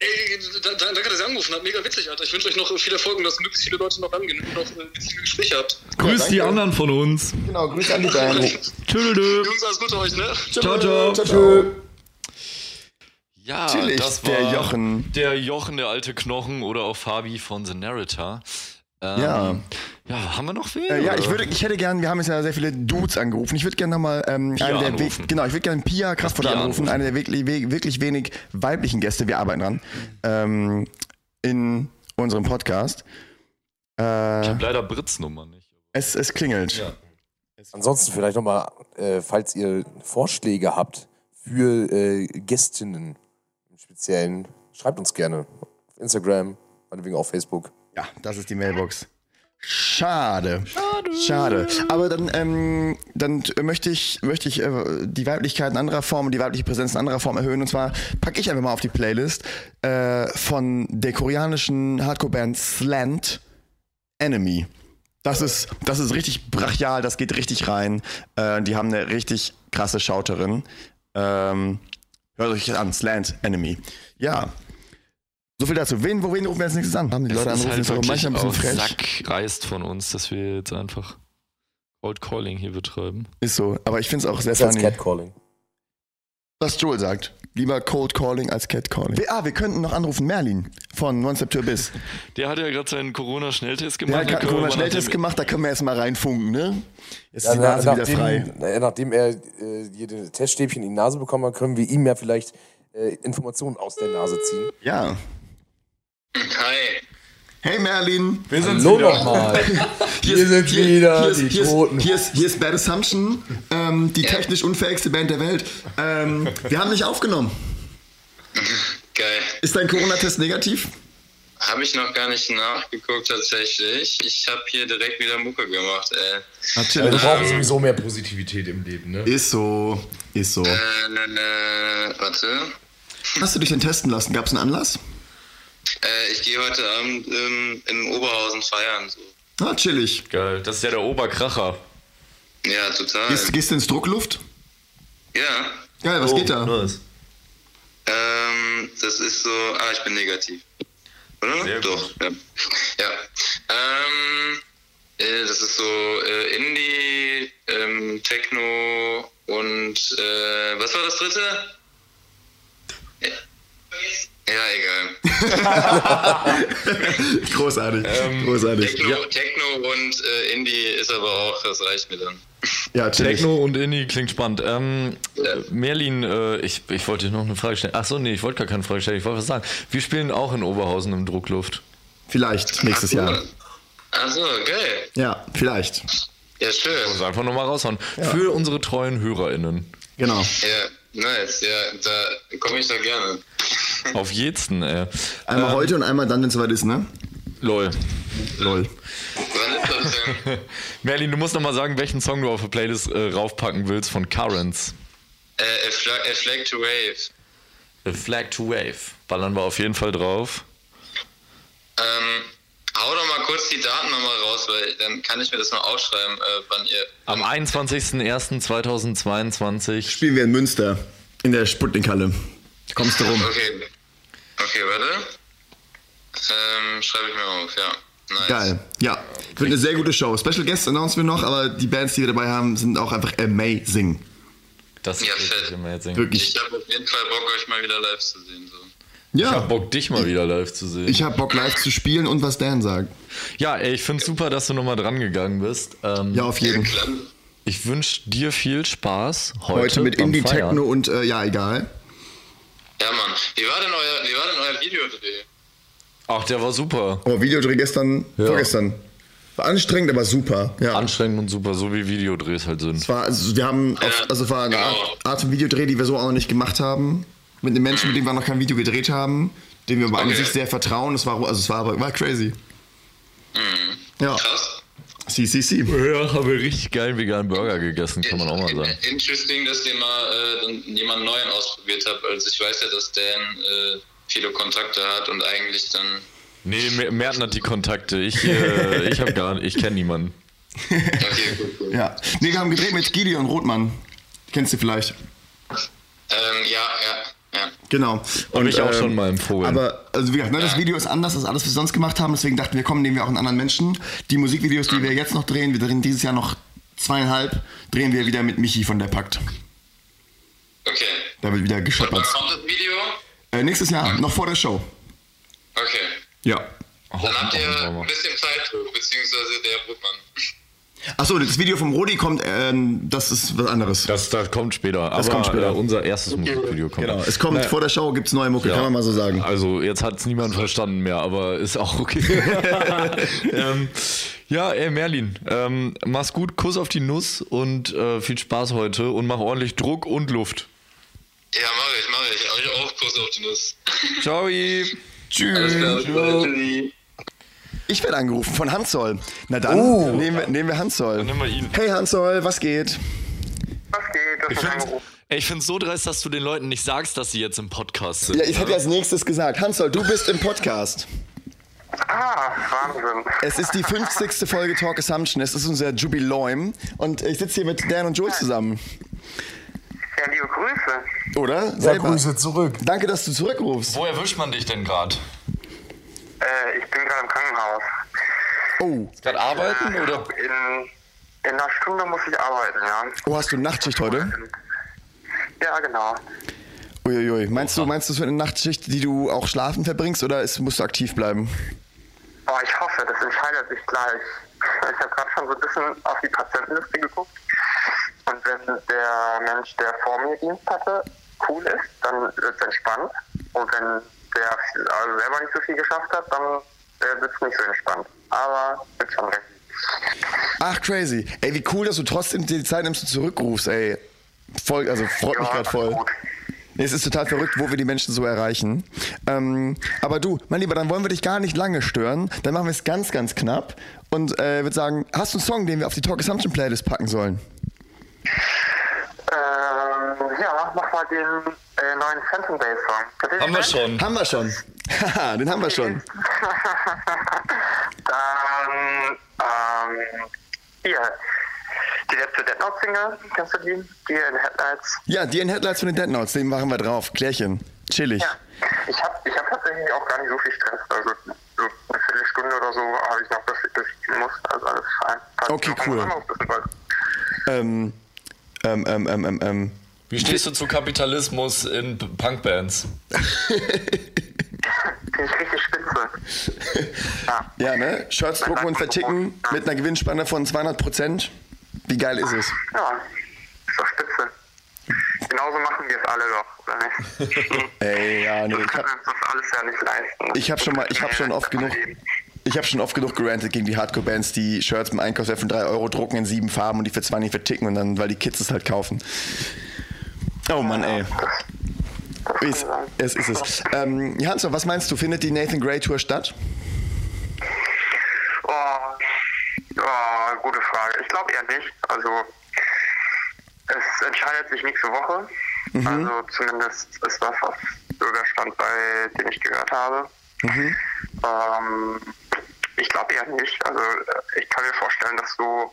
Speaker 6: Ey, da, da, danke, dass ihr angerufen habt. Mega witzig, Alter. Ich wünsche euch noch viel Erfolg und dass möglichst viele Leute noch rangehen und noch äh, witzige Gespräche habt. Also,
Speaker 10: Grüß die
Speaker 3: danke.
Speaker 10: anderen von uns.
Speaker 3: Genau, Grüße an die Band.
Speaker 10: Tschüdelö.
Speaker 6: Jungs, alles Gute euch, ne?
Speaker 10: Ciao, ciao.
Speaker 3: Tschö.
Speaker 2: Ja,
Speaker 3: Natürlich,
Speaker 2: Ah, das war
Speaker 3: der Jochen.
Speaker 2: Der Jochen, der alte Knochen oder auch Fabi von The Narrator. Ähm,
Speaker 3: Ja.
Speaker 2: Ja, haben wir noch wen?
Speaker 3: Äh, ja,
Speaker 2: oder?
Speaker 3: ich würde, ich hätte gern, wir haben jetzt ja sehr viele Dudes angerufen. Ich würde gerne nochmal ähm,
Speaker 2: Pia
Speaker 3: eine der
Speaker 2: anrufen.
Speaker 3: we- genau, ich würde gerne Pia Kraftfutter
Speaker 2: Pia
Speaker 3: anrufen,
Speaker 2: anrufen.
Speaker 3: eine der wirklich, we- wirklich wenig weiblichen Gäste, wir arbeiten dran, ähm, in unserem Podcast. Äh,
Speaker 2: Ich habe leider Britz Nummer nicht.
Speaker 3: es, es klingelt.
Speaker 4: Ansonsten vielleicht nochmal, äh, falls ihr Vorschläge habt für äh, Gästinnen im Speziellen, schreibt uns gerne. Auf Instagram, meinetwegen auf Facebook.
Speaker 3: Ja, das ist die Mailbox. Schade. Schade. Schade. Aber dann, ähm, dann t- möchte ich, möchte ich äh, die Weiblichkeit in anderer Form und die weibliche Präsenz in anderer Form erhöhen. Und zwar packe ich einfach mal auf die Playlist äh, von der koreanischen Hardcore-Band Slant Enemy. Das ist, das ist richtig brachial, das geht richtig rein. Äh, die haben eine richtig krasse Schauterin. Ähm, hört euch das an, Slant Enemy. Ja. So viel dazu. Wen, wo wen rufen wir als nächstes an? Haben die Leute
Speaker 2: Das ist halt
Speaker 3: anrufen, ist aber
Speaker 2: wirklich
Speaker 3: manchmal ein bisschen
Speaker 2: auf
Speaker 3: frech.
Speaker 2: Sack reißt von uns, dass wir jetzt einfach Old Calling hier betreiben.
Speaker 3: Ist so. Aber ich finde es auch sehr
Speaker 4: Das ist
Speaker 3: funny,
Speaker 4: Catcalling.
Speaker 3: was Joel sagt. Lieber Cold Calling als Cat Calling. Wir, ah, wir könnten noch anrufen Merlin von One Step to Abyss.
Speaker 2: Der hat ja gerade seinen Corona-Schnelltest
Speaker 3: Der
Speaker 2: gemacht.
Speaker 3: hat
Speaker 2: da
Speaker 3: gerade
Speaker 2: können wir mal
Speaker 3: Corona-Schnelltest
Speaker 2: nach dem-
Speaker 3: gemacht, da können wir jetzt mal reinfunken, ne? Jetzt ist
Speaker 4: Ja, also
Speaker 3: die
Speaker 4: na,
Speaker 3: Nase wieder frei.
Speaker 4: nachdem, na, nachdem er äh, jede Teststäbchen in die Nase bekommen hat, können wir ihm ja vielleicht äh, Informationen aus der Nase ziehen.
Speaker 3: Ja.
Speaker 7: Hi.
Speaker 3: Hey Merlin.
Speaker 4: Wir sind Hallo nochmal. Wir sind wieder
Speaker 3: hier ist,
Speaker 4: die
Speaker 3: hier ist,
Speaker 4: Toten.
Speaker 3: Hier ist, hier ist Bad Assumption, ähm, die technisch unfähigste Band der Welt. Ähm, wir haben dich aufgenommen.
Speaker 7: Geil.
Speaker 3: Ist dein Corona-Test negativ?
Speaker 7: Habe ich noch gar nicht nachgeguckt tatsächlich. Ich habe hier direkt wieder Mucke gemacht, ey.
Speaker 4: <laughs> Wir
Speaker 3: Natürlich.
Speaker 4: brauchen sowieso mehr Positivität im Leben, ne?
Speaker 3: Ist so, ist so.
Speaker 7: Äh, warte.
Speaker 3: Hast du dich denn testen lassen? Gab es einen Anlass?
Speaker 7: Äh, ich gehe heute Abend ähm, im Oberhausen feiern. So.
Speaker 3: Ah, chillig.
Speaker 2: Geil, das ist ja der Oberkracher.
Speaker 7: Ja, total.
Speaker 3: Gehst, gehst du ins Druckluft?
Speaker 7: Ja.
Speaker 3: Geil,
Speaker 2: Oh,
Speaker 3: was geht da?
Speaker 7: Ähm, das ist so. Ah, ich bin negativ. Oder? Doch, ja. ja. Ähm, äh, das ist so äh, Indie, ähm, Techno und äh, was war das dritte? Ja, ja egal.
Speaker 3: Großartig,
Speaker 2: Ähm,
Speaker 3: großartig.
Speaker 7: Techno, Techno und äh, Indie ist aber auch, das reicht mir dann.
Speaker 3: Ja, chillig.
Speaker 2: Techno und Indie klingt spannend. Ähm, äh, Merlin, äh, ich, ich wollte dir noch eine Frage stellen. Achso, nee, ich wollte gar keine Frage stellen. Ich wollte was sagen. Wir spielen auch in Oberhausen im Druckluft.
Speaker 3: Vielleicht nächstes Jahr.
Speaker 7: Achso, geil.
Speaker 3: Ja, vielleicht.
Speaker 7: Ja, schön.
Speaker 2: Also einfach nochmal raushauen. Für unsere treuen HörerInnen.
Speaker 3: Genau.
Speaker 7: Ja, nice. Ja, da komme ich da gerne.
Speaker 2: Auf jeden, ey. Ähm,
Speaker 3: Einmal heute und einmal dann, wenn es soweit ist, ne?
Speaker 2: Lol. <laughs>
Speaker 3: Lol.
Speaker 7: Wann ist das denn? <laughs>
Speaker 2: Merlin, du musst nochmal sagen, welchen Song du auf der Playlist äh, raufpacken willst von Currents.
Speaker 7: Äh, a, flag, a Flag to Wave.
Speaker 2: A Flag to Wave. Ballern wir auf jeden Fall drauf.
Speaker 7: Ähm, hau doch mal kurz die Daten nochmal raus, weil dann kann ich mir das mal aufschreiben, äh, wann ihr.
Speaker 2: Am 21.01.2022.
Speaker 3: Spielen wir in Münster. In der Sputnikhalle. Kommst du rum?
Speaker 7: Okay. Okay, warte. Ähm, schreibe ich mir auf, ja.
Speaker 6: Nice.
Speaker 3: Geil. Ja, wird eine sehr gute Show. Special Guests announcen wir noch, aber die Bands, die wir dabei haben, sind auch einfach amazing.
Speaker 2: Das
Speaker 6: Ja,
Speaker 2: ist
Speaker 6: fett.
Speaker 2: richtig amazing.
Speaker 3: Wirklich.
Speaker 6: Ich habe auf jeden Fall Bock, euch mal wieder live zu sehen. So.
Speaker 2: Ich hab
Speaker 3: Ja,
Speaker 2: Bock, dich mal wieder live zu sehen.
Speaker 3: ich habe Bock live zu spielen und was Dan sagt.
Speaker 2: ja, ey, ich find's super, dass du nochmal dran gegangen bist. Ähm,
Speaker 3: Ja, auf jeden Fall.
Speaker 6: Klar.
Speaker 2: Ich wünsch dir viel Spaß heute,
Speaker 3: Heute mit
Speaker 2: beim
Speaker 3: Indie
Speaker 2: Feiern.
Speaker 3: Techno und äh, ja, egal.
Speaker 6: Ja, Mann. Wie war denn euer, wie war denn euer Videodreh?
Speaker 2: Ach, der war super.
Speaker 3: Oh, Videodreh gestern,
Speaker 2: Ja.
Speaker 3: vorgestern. War anstrengend, aber super. Ja.
Speaker 2: Anstrengend und super, so wie Videodrehs halt sind.
Speaker 3: Es war, also wir haben, auf, also war eine
Speaker 6: genau.
Speaker 3: Art, Art von Videodreh, die wir so auch noch nicht gemacht haben. Mit einem Menschen, mit dem wir noch kein Video gedreht haben, dem wir aber an
Speaker 6: Okay.
Speaker 3: sich sehr vertrauen. Es war, also es war aber war crazy. Ja,
Speaker 6: Mhm. Krass.
Speaker 3: CCC.
Speaker 2: Ja, haben wir richtig geilen veganen Burger gegessen, kann man auch mal sagen.
Speaker 6: Interesting, dass ihr mal äh, dann jemanden neuen ausprobiert habt. Also ich weiß ja, dass Dan äh, viele Kontakte hat und eigentlich
Speaker 2: <laughs>
Speaker 6: dann.
Speaker 2: Nee, Mer- Merten hat die Kontakte. Ich, <laughs> äh, ich hab gar ich kenne niemanden.
Speaker 6: Okay, gut, gut.
Speaker 3: Ja. Nee, wir haben gedreht mit Gideon Rothmann. Kennst du vielleicht?
Speaker 6: Ähm, ja, ja, ja.
Speaker 3: Genau. Und
Speaker 2: ich auch schon mal empfohlen.
Speaker 3: Aber, also wie gesagt, ne, das Video ist anders als alles, was wir sonst gemacht haben. Deswegen dachten wir, komm, nehmen wir auch einen anderen Menschen. Die Musikvideos, die wir jetzt noch drehen, wir drehen dieses Jahr noch zweieinhalb, drehen wir wieder mit Michi von der Pakt.
Speaker 6: Okay.
Speaker 3: Da wird wieder
Speaker 6: Und wann
Speaker 3: gescheppert.
Speaker 6: kommt das Video?
Speaker 3: Äh, nächstes Jahr, noch vor der Show.
Speaker 6: Okay.
Speaker 3: Ja.
Speaker 6: Dann habt ihr ein bisschen Zeitdruck, beziehungsweise der Brutmann.
Speaker 3: Achso, das Video vom Rodi kommt, ähm, das ist was anderes.
Speaker 2: Das, das kommt später. Das
Speaker 3: kommt später.
Speaker 2: Äh, unser erstes Musikvideo kommt.
Speaker 3: Genau. Es kommt vor der Show, gibt's neue Mucke, kann man mal so sagen.
Speaker 2: Also jetzt hat es niemand verstanden mehr, aber ist auch <laughs> okay. ähm, ja, ey Merlin, ähm, mach's gut, Kuss auf die Nuss und äh, viel Spaß heute und mach ordentlich Druck und Luft.
Speaker 6: Ja, mache ich, mache ich. Euch auch Kuss auf die Nuss.
Speaker 2: Ciao.
Speaker 6: Alles
Speaker 3: Tschüss.
Speaker 6: klar, tschüss.
Speaker 3: Ich werde angerufen von Hansol. Na dann, nehmen, wir, nehmen wir Hansol.
Speaker 11: Nimm mal ihn.
Speaker 3: Hey Hansol, was geht?
Speaker 12: Was geht? Das ist
Speaker 11: Ey, ich find's so dreist, dass du den Leuten nicht sagst, dass sie jetzt im Podcast sind.
Speaker 3: Ja, ich hätte als nächstes gesagt, Hansol, du bist im Podcast.
Speaker 12: Ah, Wahnsinn.
Speaker 3: Es ist die 50. Folge Talk Assumption. Es ist unser Jubiläum. Und ich sitze hier mit Dan und Joel zusammen.
Speaker 12: Ja, liebe Grüße.
Speaker 3: Oder? Selber.
Speaker 4: zurück.
Speaker 3: Danke, dass du zurückrufst.
Speaker 11: Wo erwischt man dich denn gerade?
Speaker 12: Äh, ich bin gerade im Krankenhaus.
Speaker 3: Oh,
Speaker 11: Gerade arbeiten oder?
Speaker 12: In, in einer Stunde muss ich arbeiten, ja.
Speaker 3: oh hast du Nachtschicht heute?
Speaker 12: Ja, genau.
Speaker 3: Uiuiui. Meinst du, meinst du, es wird eine Nachtschicht, die du auch schlafen verbringst oder ist, musst du aktiv bleiben?
Speaker 12: Boah, ich hoffe, das entscheidet sich gleich. <laughs> Ich habe gerade schon so ein bisschen auf die Patientenliste geguckt. Und wenn der Mensch, der vor mir Dienst hatte, cool ist, dann wird es entspannt. Und wenn der also selber nicht so viel geschafft hat, dann äh, wird es nicht so entspannt. Aber wird schon recht.
Speaker 3: Ach, crazy. Ey, wie cool, dass du trotzdem dir die Zeit nimmst und zurückrufst, ey. Voll, also freut mich
Speaker 12: Ja,
Speaker 3: gerade voll.
Speaker 12: gut.
Speaker 3: Nee, Es ist total verrückt, wo wir die Menschen so erreichen. Ähm, aber du, mein Lieber, dann wollen wir dich gar nicht lange stören. Dann machen wir es ganz, ganz knapp und äh, würde sagen, hast du einen Song, den wir auf die Talk Assumption Playlist packen sollen?
Speaker 12: Ähm, ja, mach mal den äh, neuen Phantom Day Song.
Speaker 11: Haben wir schon.
Speaker 3: Haben wir <laughs> schon. Haha, den haben wir schon.
Speaker 12: <laughs> Dann, ähm, hier. Die letzte Dead Note Single, kennst du die? Die in Headlights.
Speaker 3: Ja, die in Headlights von den Dead Notes, den machen wir drauf. Klärchen. Chillig.
Speaker 12: Ja. Ich habe ich hab tatsächlich auch gar nicht so viel Stress. Also so eine Viertelstunde oder so habe ich noch, dass ich das muss. Also alles fein. Falls
Speaker 3: Okay,
Speaker 12: noch
Speaker 3: cool.
Speaker 12: was anderes wissen wollt.
Speaker 3: Ähm, ähm, ähm, ähm, ähm, ähm.
Speaker 11: Wie stehst du zu Kapitalismus in P- Punkbands?
Speaker 12: Finde ich richtig spitze. ja.
Speaker 3: Ja, ne? Shirts drucken und verticken mit einer Gewinnspanne von 200 Prozent. Wie geil ist es?
Speaker 12: ja, ist doch spitze. Genauso machen wir es alle doch, oder nicht?
Speaker 3: <laughs> Ey, ja, nee,
Speaker 12: das
Speaker 3: ich hab,
Speaker 12: können wir uns das alles ja nicht leisten.
Speaker 3: ich hab schon mal, ich hab schon oft genug, ich hab schon oft genug gerantet gegen die Hardcore-Bands, die Shirts im Einkaufswert von 3 Euro drucken in sieben Farben und die für 20 verticken und dann, weil die Kids es halt kaufen. Oh Mann, ey. Es, es ist es. Ähm, Hanso, was meinst du? Findet die Nathan Gray Tour statt?
Speaker 12: Oh, oh, gute Frage. Ich glaube eher nicht. Also, es entscheidet sich nächste Woche. Also, zumindest ist das, was so der Stand bei, den ich gehört habe. Ähm, ich glaube eher nicht. Also, äh, ich kann mir vorstellen, dass so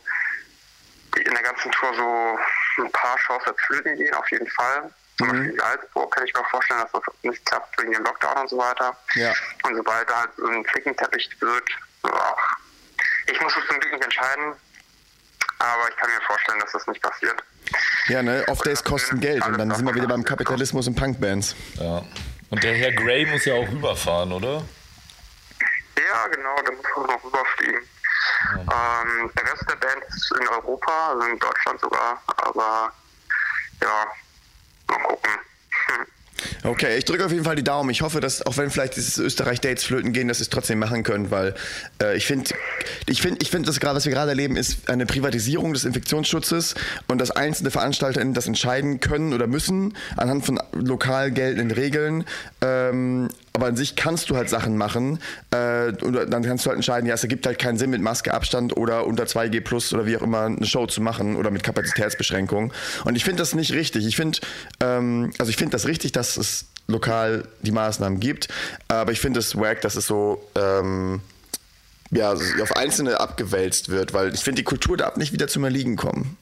Speaker 12: die- in der ganzen Tour so ein paar Shows dazwischen gehen, auf jeden Fall. Zum Beispiel in Salzburg kann ich mir auch vorstellen, dass das nicht klappt wegen dem Lockdown und so weiter.
Speaker 3: Ja.
Speaker 12: Und sobald da halt so ein Flickenteppich wird, so auch Ich muss mich zum Glück nicht entscheiden, aber ich kann mir vorstellen, dass das nicht passiert.
Speaker 3: Ja, ne? Off-Days kosten Geld und dann sind wir wieder beim Kapitalismus und Punkbands.
Speaker 2: Ja. Und der Herr Gray muss ja auch rüberfahren, oder?
Speaker 12: Ja, genau, da muss man noch rüberfliegen. Ähm, der Rest der Band ist in Europa, also in Deutschland sogar, aber ja, mal gucken. <laughs> Hm.
Speaker 3: Okay, ich drücke auf jeden Fall die Daumen. Ich hoffe, dass, auch wenn vielleicht dieses Österreich-Dates flöten gehen, dass ihr es trotzdem machen könnt, weil äh, ich finde, ich finde, ich finde, das gerade, was wir gerade erleben, ist eine Privatisierung des Infektionsschutzes und dass einzelne VeranstalterInnen das entscheiden können oder müssen anhand von lokal geltenden Regeln. Ähm, aber an sich kannst du halt Sachen machen äh, und dann kannst du halt entscheiden, ja, es ergibt halt keinen Sinn mit Maske, Abstand oder unter 2G plus oder wie auch immer eine Show zu machen oder mit Kapazitätsbeschränkungen. Und ich finde das nicht richtig. Ich finde, ähm, also ich finde das richtig, dass es lokal die Maßnahmen gibt, aber ich finde es wack, dass es so ähm, ja, so auf Einzelne abgewälzt wird, weil ich finde, die Kultur darf nicht wieder zum Erliegen kommen.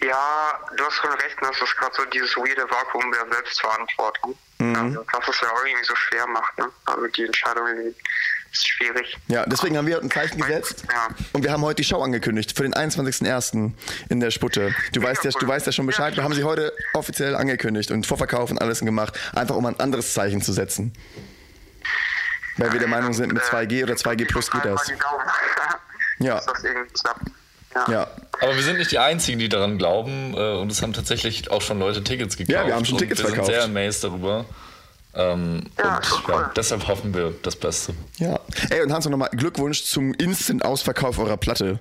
Speaker 12: Ja, du hast schon recht, ne? das ist gerade so dieses weirde Vakuum der Selbstverantwortung. Also, was es ja auch irgendwie so schwer macht. Ne? Also die Entscheidung irgendwie ist schwierig.
Speaker 3: Ja, deswegen haben wir heute ein Zeichen gesetzt
Speaker 12: Ja.
Speaker 3: und wir haben heute die Show angekündigt für den 21.01. in der Sputte. Du weißt ja,
Speaker 12: cool.
Speaker 3: du weißt ja schon Bescheid, wir haben sie heute offiziell angekündigt und Vorverkauf und alles gemacht, einfach um ein anderes Zeichen zu setzen. Weil wir der Meinung sind,
Speaker 12: Äh,
Speaker 3: mit 2G oder 2G plus geht das.
Speaker 12: <laughs>
Speaker 3: Ja.
Speaker 12: ja. Dass das irgendwie klappt. Ja.
Speaker 3: Ja.
Speaker 2: Aber wir sind nicht die Einzigen, die daran glauben äh, und es haben tatsächlich auch schon Leute Tickets gekauft.
Speaker 3: Ja, wir haben schon
Speaker 2: und
Speaker 3: Tickets
Speaker 2: wir
Speaker 3: verkauft.
Speaker 2: sind sehr amazed darüber. Ähm,
Speaker 12: Ja,
Speaker 2: und
Speaker 12: cool.
Speaker 2: ja, deshalb hoffen wir das Beste.
Speaker 3: Ja. Ey, und Hans, nochmal Glückwunsch zum Instant-Ausverkauf eurer Platte.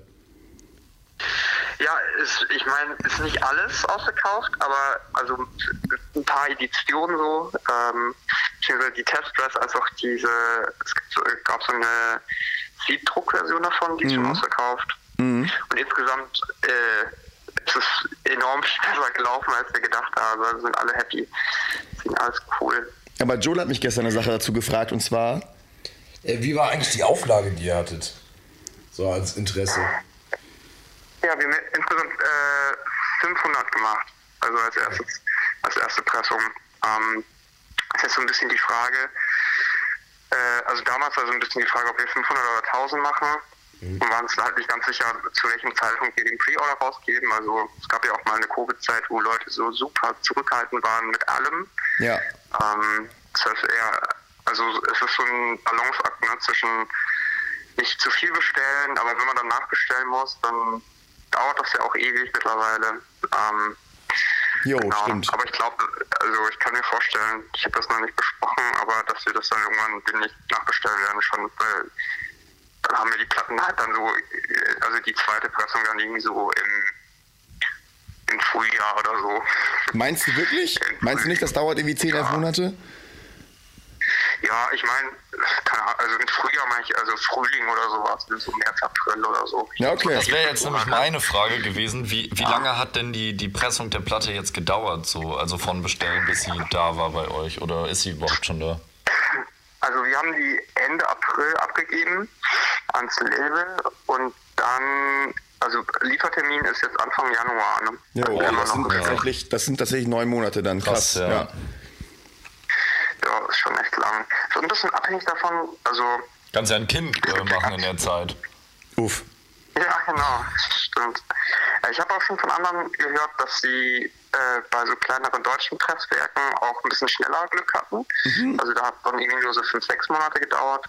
Speaker 12: Ja, ist, ich meine, ist nicht alles ausverkauft, aber also ein paar Editionen so, ähm, beziehungsweise die Testpress, als auch diese, es gibt so- gab so eine Seed-Druck-Version davon, die ist schon ausverkauft. Und insgesamt äh, ist es enorm viel besser gelaufen, als wir gedacht haben. Also sind alle happy. Deswegen alles cool.
Speaker 3: Aber Joel hat mich gestern eine Sache dazu gefragt und zwar,
Speaker 4: Äh, wie war eigentlich die Auflage, die ihr hattet? So als Interesse.
Speaker 12: Ja, wir haben insgesamt äh, 500 gemacht, also als, erstes, als erste Pressung. Ähm, das ist jetzt so ein bisschen die Frage, äh, also damals war so ein bisschen die Frage, ob wir 500 oder 1000 machen. Und waren uns halt nicht ganz sicher, zu welchem Zeitpunkt wir den Pre-Order rausgeben. Also es gab ja auch mal eine Covid-Zeit, wo Leute so super zurückhaltend waren mit allem.
Speaker 3: ja,
Speaker 12: Ähm, das heißt eher, also es ist so ein Balanceakt ne, zwischen nicht zu viel bestellen, aber wenn man dann nachbestellen muss, dann dauert das ja auch ewig mittlerweile. Ähm,
Speaker 3: jo,
Speaker 12: genau.
Speaker 3: Oh, stimmt.
Speaker 12: Aber ich glaube, also ich kann mir vorstellen, ich habe das noch nicht besprochen, aber dass wir das dann irgendwann bin ich nachbestellen werden schon, weil dann haben wir die Platten halt dann so, äh, also die zweite Pressung dann irgendwie so im, im Frühjahr oder so.
Speaker 3: Meinst du wirklich? Meinst du nicht, das dauert irgendwie 10, 11 Monate?
Speaker 12: Ja, ich meine, keine Ahnung, also mit Frühjahr meine ich, also Frühling oder sowas, so März, April oder so.
Speaker 3: Ja, okay.
Speaker 2: Das wäre jetzt nämlich meine Frage gewesen, wie, wie lange hat denn die, die Pressung der Platte jetzt gedauert, so, also von Bestellen, bis sie da war bei euch? Oder ist sie überhaupt schon da?
Speaker 12: Also wir haben die Ende April abgegeben ans Label und dann, also Liefertermin ist jetzt Anfang Januar. Ne?
Speaker 3: Jo,
Speaker 12: Also
Speaker 3: okay,
Speaker 12: immer
Speaker 3: das, sind
Speaker 12: noch-
Speaker 3: tatsächlich, das sind tatsächlich neun Monate dann. Krass,
Speaker 2: Krass, ja.
Speaker 3: ja.
Speaker 12: ja, ist schon echt lang. So ein bisschen abhängig davon, also
Speaker 2: Kannst ja ein Kind äh, machen in der Zeit.
Speaker 3: Uff.
Speaker 12: Ja, genau, stimmt. Äh, Ich habe auch schon von anderen gehört, dass sie äh, bei so kleineren deutschen Presswerken auch ein bisschen schneller Glück hatten. Also da hat dann irgendwie nur so fünf, sechs Monate gedauert.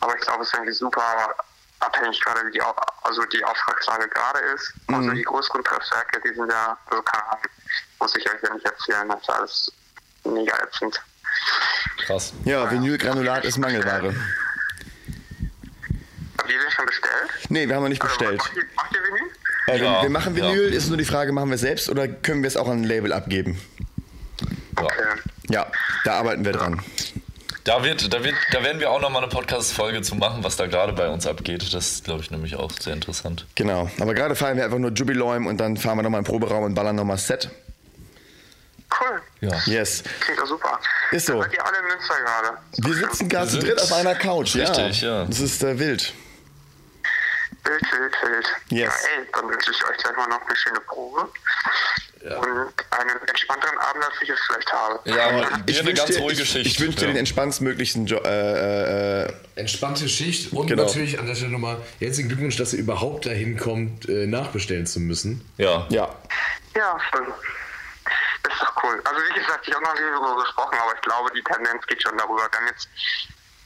Speaker 12: Aber ich glaube, es ist irgendwie super abhängig gerade, wie die, Au- also die Auftragslage gerade ist. Also die größeren Presswerke, die sind ja, also keine Ahnung, muss ich euch ja nicht erzählen, das ist alles mega ätzend.
Speaker 2: Krass.
Speaker 3: Ja, Vinylgranulat ist Mangelware.
Speaker 12: Habt ihr den schon bestellt?
Speaker 3: Nee, wir haben noch nicht
Speaker 12: Also,
Speaker 3: bestellt.
Speaker 12: Macht ihr, macht ihr Vinyl?
Speaker 3: Äh, wir,
Speaker 2: Ja,
Speaker 3: wir machen Vinyl, ist nur die Frage, machen wir es selbst oder können wir es auch an ein Label abgeben?
Speaker 12: Okay.
Speaker 3: Ja, da arbeiten wir dran.
Speaker 2: Da, wird, da, wird, da werden wir auch nochmal eine Podcast-Folge zu machen, was da gerade bei uns abgeht. Das ist, glaube ich, nämlich auch sehr interessant.
Speaker 3: Genau. Aber gerade feiern wir einfach nur Jubiläum und dann fahren wir nochmal in den Proberaum und ballern nochmal Set.
Speaker 12: Cool.
Speaker 2: Ja.
Speaker 3: Yes.
Speaker 12: Klingt doch super.
Speaker 3: Ist so.
Speaker 12: Dann Seid ihr alle in Münster gerade?
Speaker 3: Wir sitzen gar
Speaker 2: Wir
Speaker 3: zu
Speaker 2: sind-
Speaker 3: dritt auf einer Couch.
Speaker 2: Richtig, ja.
Speaker 3: Das ist äh, wild.
Speaker 12: Wild, wild, wild.
Speaker 3: Yes.
Speaker 12: Ja, ey, dann wünsche ich euch gleich mal noch eine schöne Probe. und einen entspannteren Abend, als ich es vielleicht habe.
Speaker 13: Ja, aber
Speaker 3: Ich
Speaker 13: dir eine
Speaker 3: wünsch
Speaker 13: ganz
Speaker 3: dir,
Speaker 13: ruhige
Speaker 3: ich,
Speaker 13: Schicht.
Speaker 3: Ich wünsche dir
Speaker 13: ja.
Speaker 3: den entspannendstmöglichen jo äh, äh,
Speaker 13: Entspannte Schicht und
Speaker 3: Genau.
Speaker 13: natürlich an der Stelle nochmal herzlichen Glückwunsch, dass ihr überhaupt dahin kommt, äh, nachbestellen zu müssen.
Speaker 2: Ja.
Speaker 3: Ja.
Speaker 12: Ja, schön. Ist doch cool. Also wie gesagt, ich habe noch nie darüber gesprochen, aber ich glaube, die Tendenz geht schon darüber. Wir haben jetzt,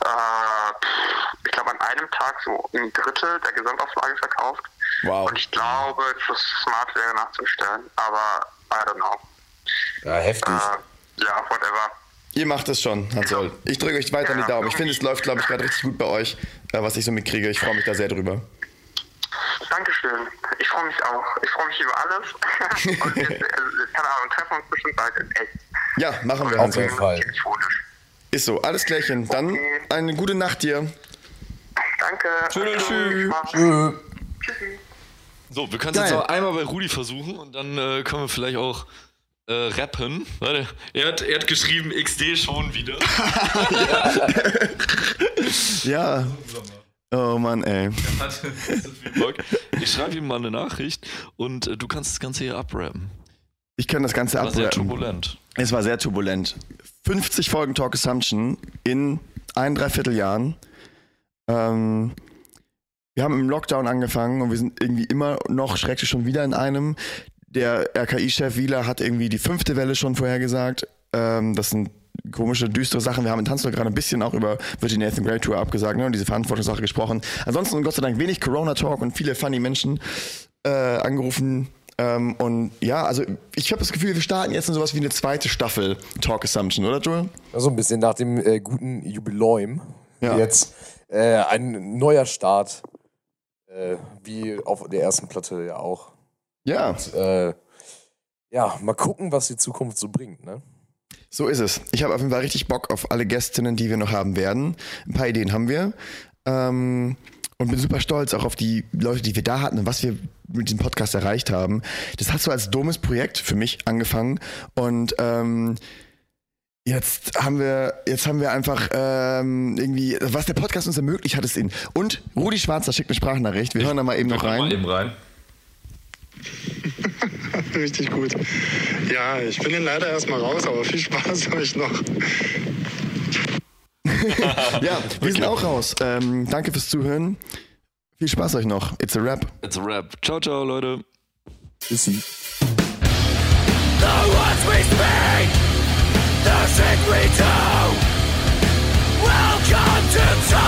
Speaker 12: äh, pff, ich glaube, an einem Tag so ein Drittel der Gesamtauflage verkauft.
Speaker 3: Wow.
Speaker 12: Und ich glaube, es ist smart wäre nachzustellen, aber I don't know.
Speaker 13: Ja, heftig.
Speaker 12: Äh, ja, whatever.
Speaker 3: Ihr macht es schon, Hansol. Ich drücke euch weiter die Daumen. Ich finde, es läuft, glaube ich, gerade richtig gut bei euch, äh, was ich so mitkriege. Ich freue mich da sehr drüber.
Speaker 12: Dankeschön. Ich freue mich auch. Ich freue mich über alles. <laughs> und jetzt, äh, keine Ahnung, treffen wir uns bestimmt bald in echt.
Speaker 3: Ja, machen wir,
Speaker 12: Auf
Speaker 3: Hansol.
Speaker 13: jeden Fall.
Speaker 12: Telefonisch.
Speaker 3: Ist so, alles Klärchen. Dann eine gute Nacht dir.
Speaker 12: Danke.
Speaker 3: Tschüss.
Speaker 13: Tschö.
Speaker 2: So, wir können es jetzt
Speaker 3: Geil.
Speaker 2: noch einmal bei Rudi versuchen und dann äh, können wir vielleicht auch äh, rappen. Warte, er hat, er hat geschrieben XD schon wieder. <laughs>
Speaker 3: Ja. Oh Mann, ey.
Speaker 2: Hatte so viel Bock. Ich schreibe ihm mal eine Nachricht und äh, du kannst das Ganze hier abrappen.
Speaker 3: Ich kann das Ganze
Speaker 2: War sehr
Speaker 3: abrappen.
Speaker 2: turbulent.
Speaker 3: Es war sehr turbulent. 50 Folgen Talk Assumption in ein, dreiviertel Jahren. Ähm, wir haben im Lockdown angefangen und wir sind irgendwie immer noch schrecklich schon wieder in einem. Der RKI-Chef Wieler hat irgendwie die fünfte Welle schon vorhergesagt. Ähm, das sind komische, düstere Sachen. Wir haben in Tanzler gerade ein bisschen auch über Virginia Nathan Grey Tour abgesagt ne, und diese Verantwortungssache gesprochen. Ansonsten Gott sei Dank wenig Corona-Talk und viele funny Menschen äh, angerufen. Ähm, und ja, also ich habe das Gefühl, wir starten jetzt in sowas wie eine zweite Staffel Talk Assumption, oder Joel?
Speaker 4: Also ein bisschen nach dem äh, guten Jubiläum.
Speaker 3: Ja.
Speaker 4: Jetzt äh, ein neuer Start. Äh, wie auf der ersten Platte ja auch.
Speaker 3: Ja.
Speaker 4: Äh, ja, mal gucken, was die Zukunft so bringt, ne?
Speaker 3: So ist es. Ich habe auf jeden Fall richtig Bock auf alle Gästinnen, die wir noch haben werden. Ein paar Ideen haben wir. Ähm, und bin super stolz auch auf die Leute, die wir da hatten und was wir mit diesem Podcast erreicht haben. Das hat so als dummes Projekt für mich angefangen. Und ähm, jetzt haben wir, jetzt haben wir einfach ähm, irgendwie, was der Podcast uns ermöglicht hat, ist ihn. Und Rudi Schwarzer schickt eine Sprachnachricht. Wir hören da mal eben noch rein.
Speaker 2: eben rein.
Speaker 14: Richtig gut. Ja, ich bin dann leider erstmal raus, aber viel Spaß habe ich noch.
Speaker 3: Ja, wir sind auch raus. Ähm, danke fürs Zuhören. Viel Spaß euch noch. It's a Rap.
Speaker 2: It's a rap. Ciao, ciao, Leute.
Speaker 4: Tschüssi.
Speaker 1: The words we speak, the shit we do. Welcome to Talk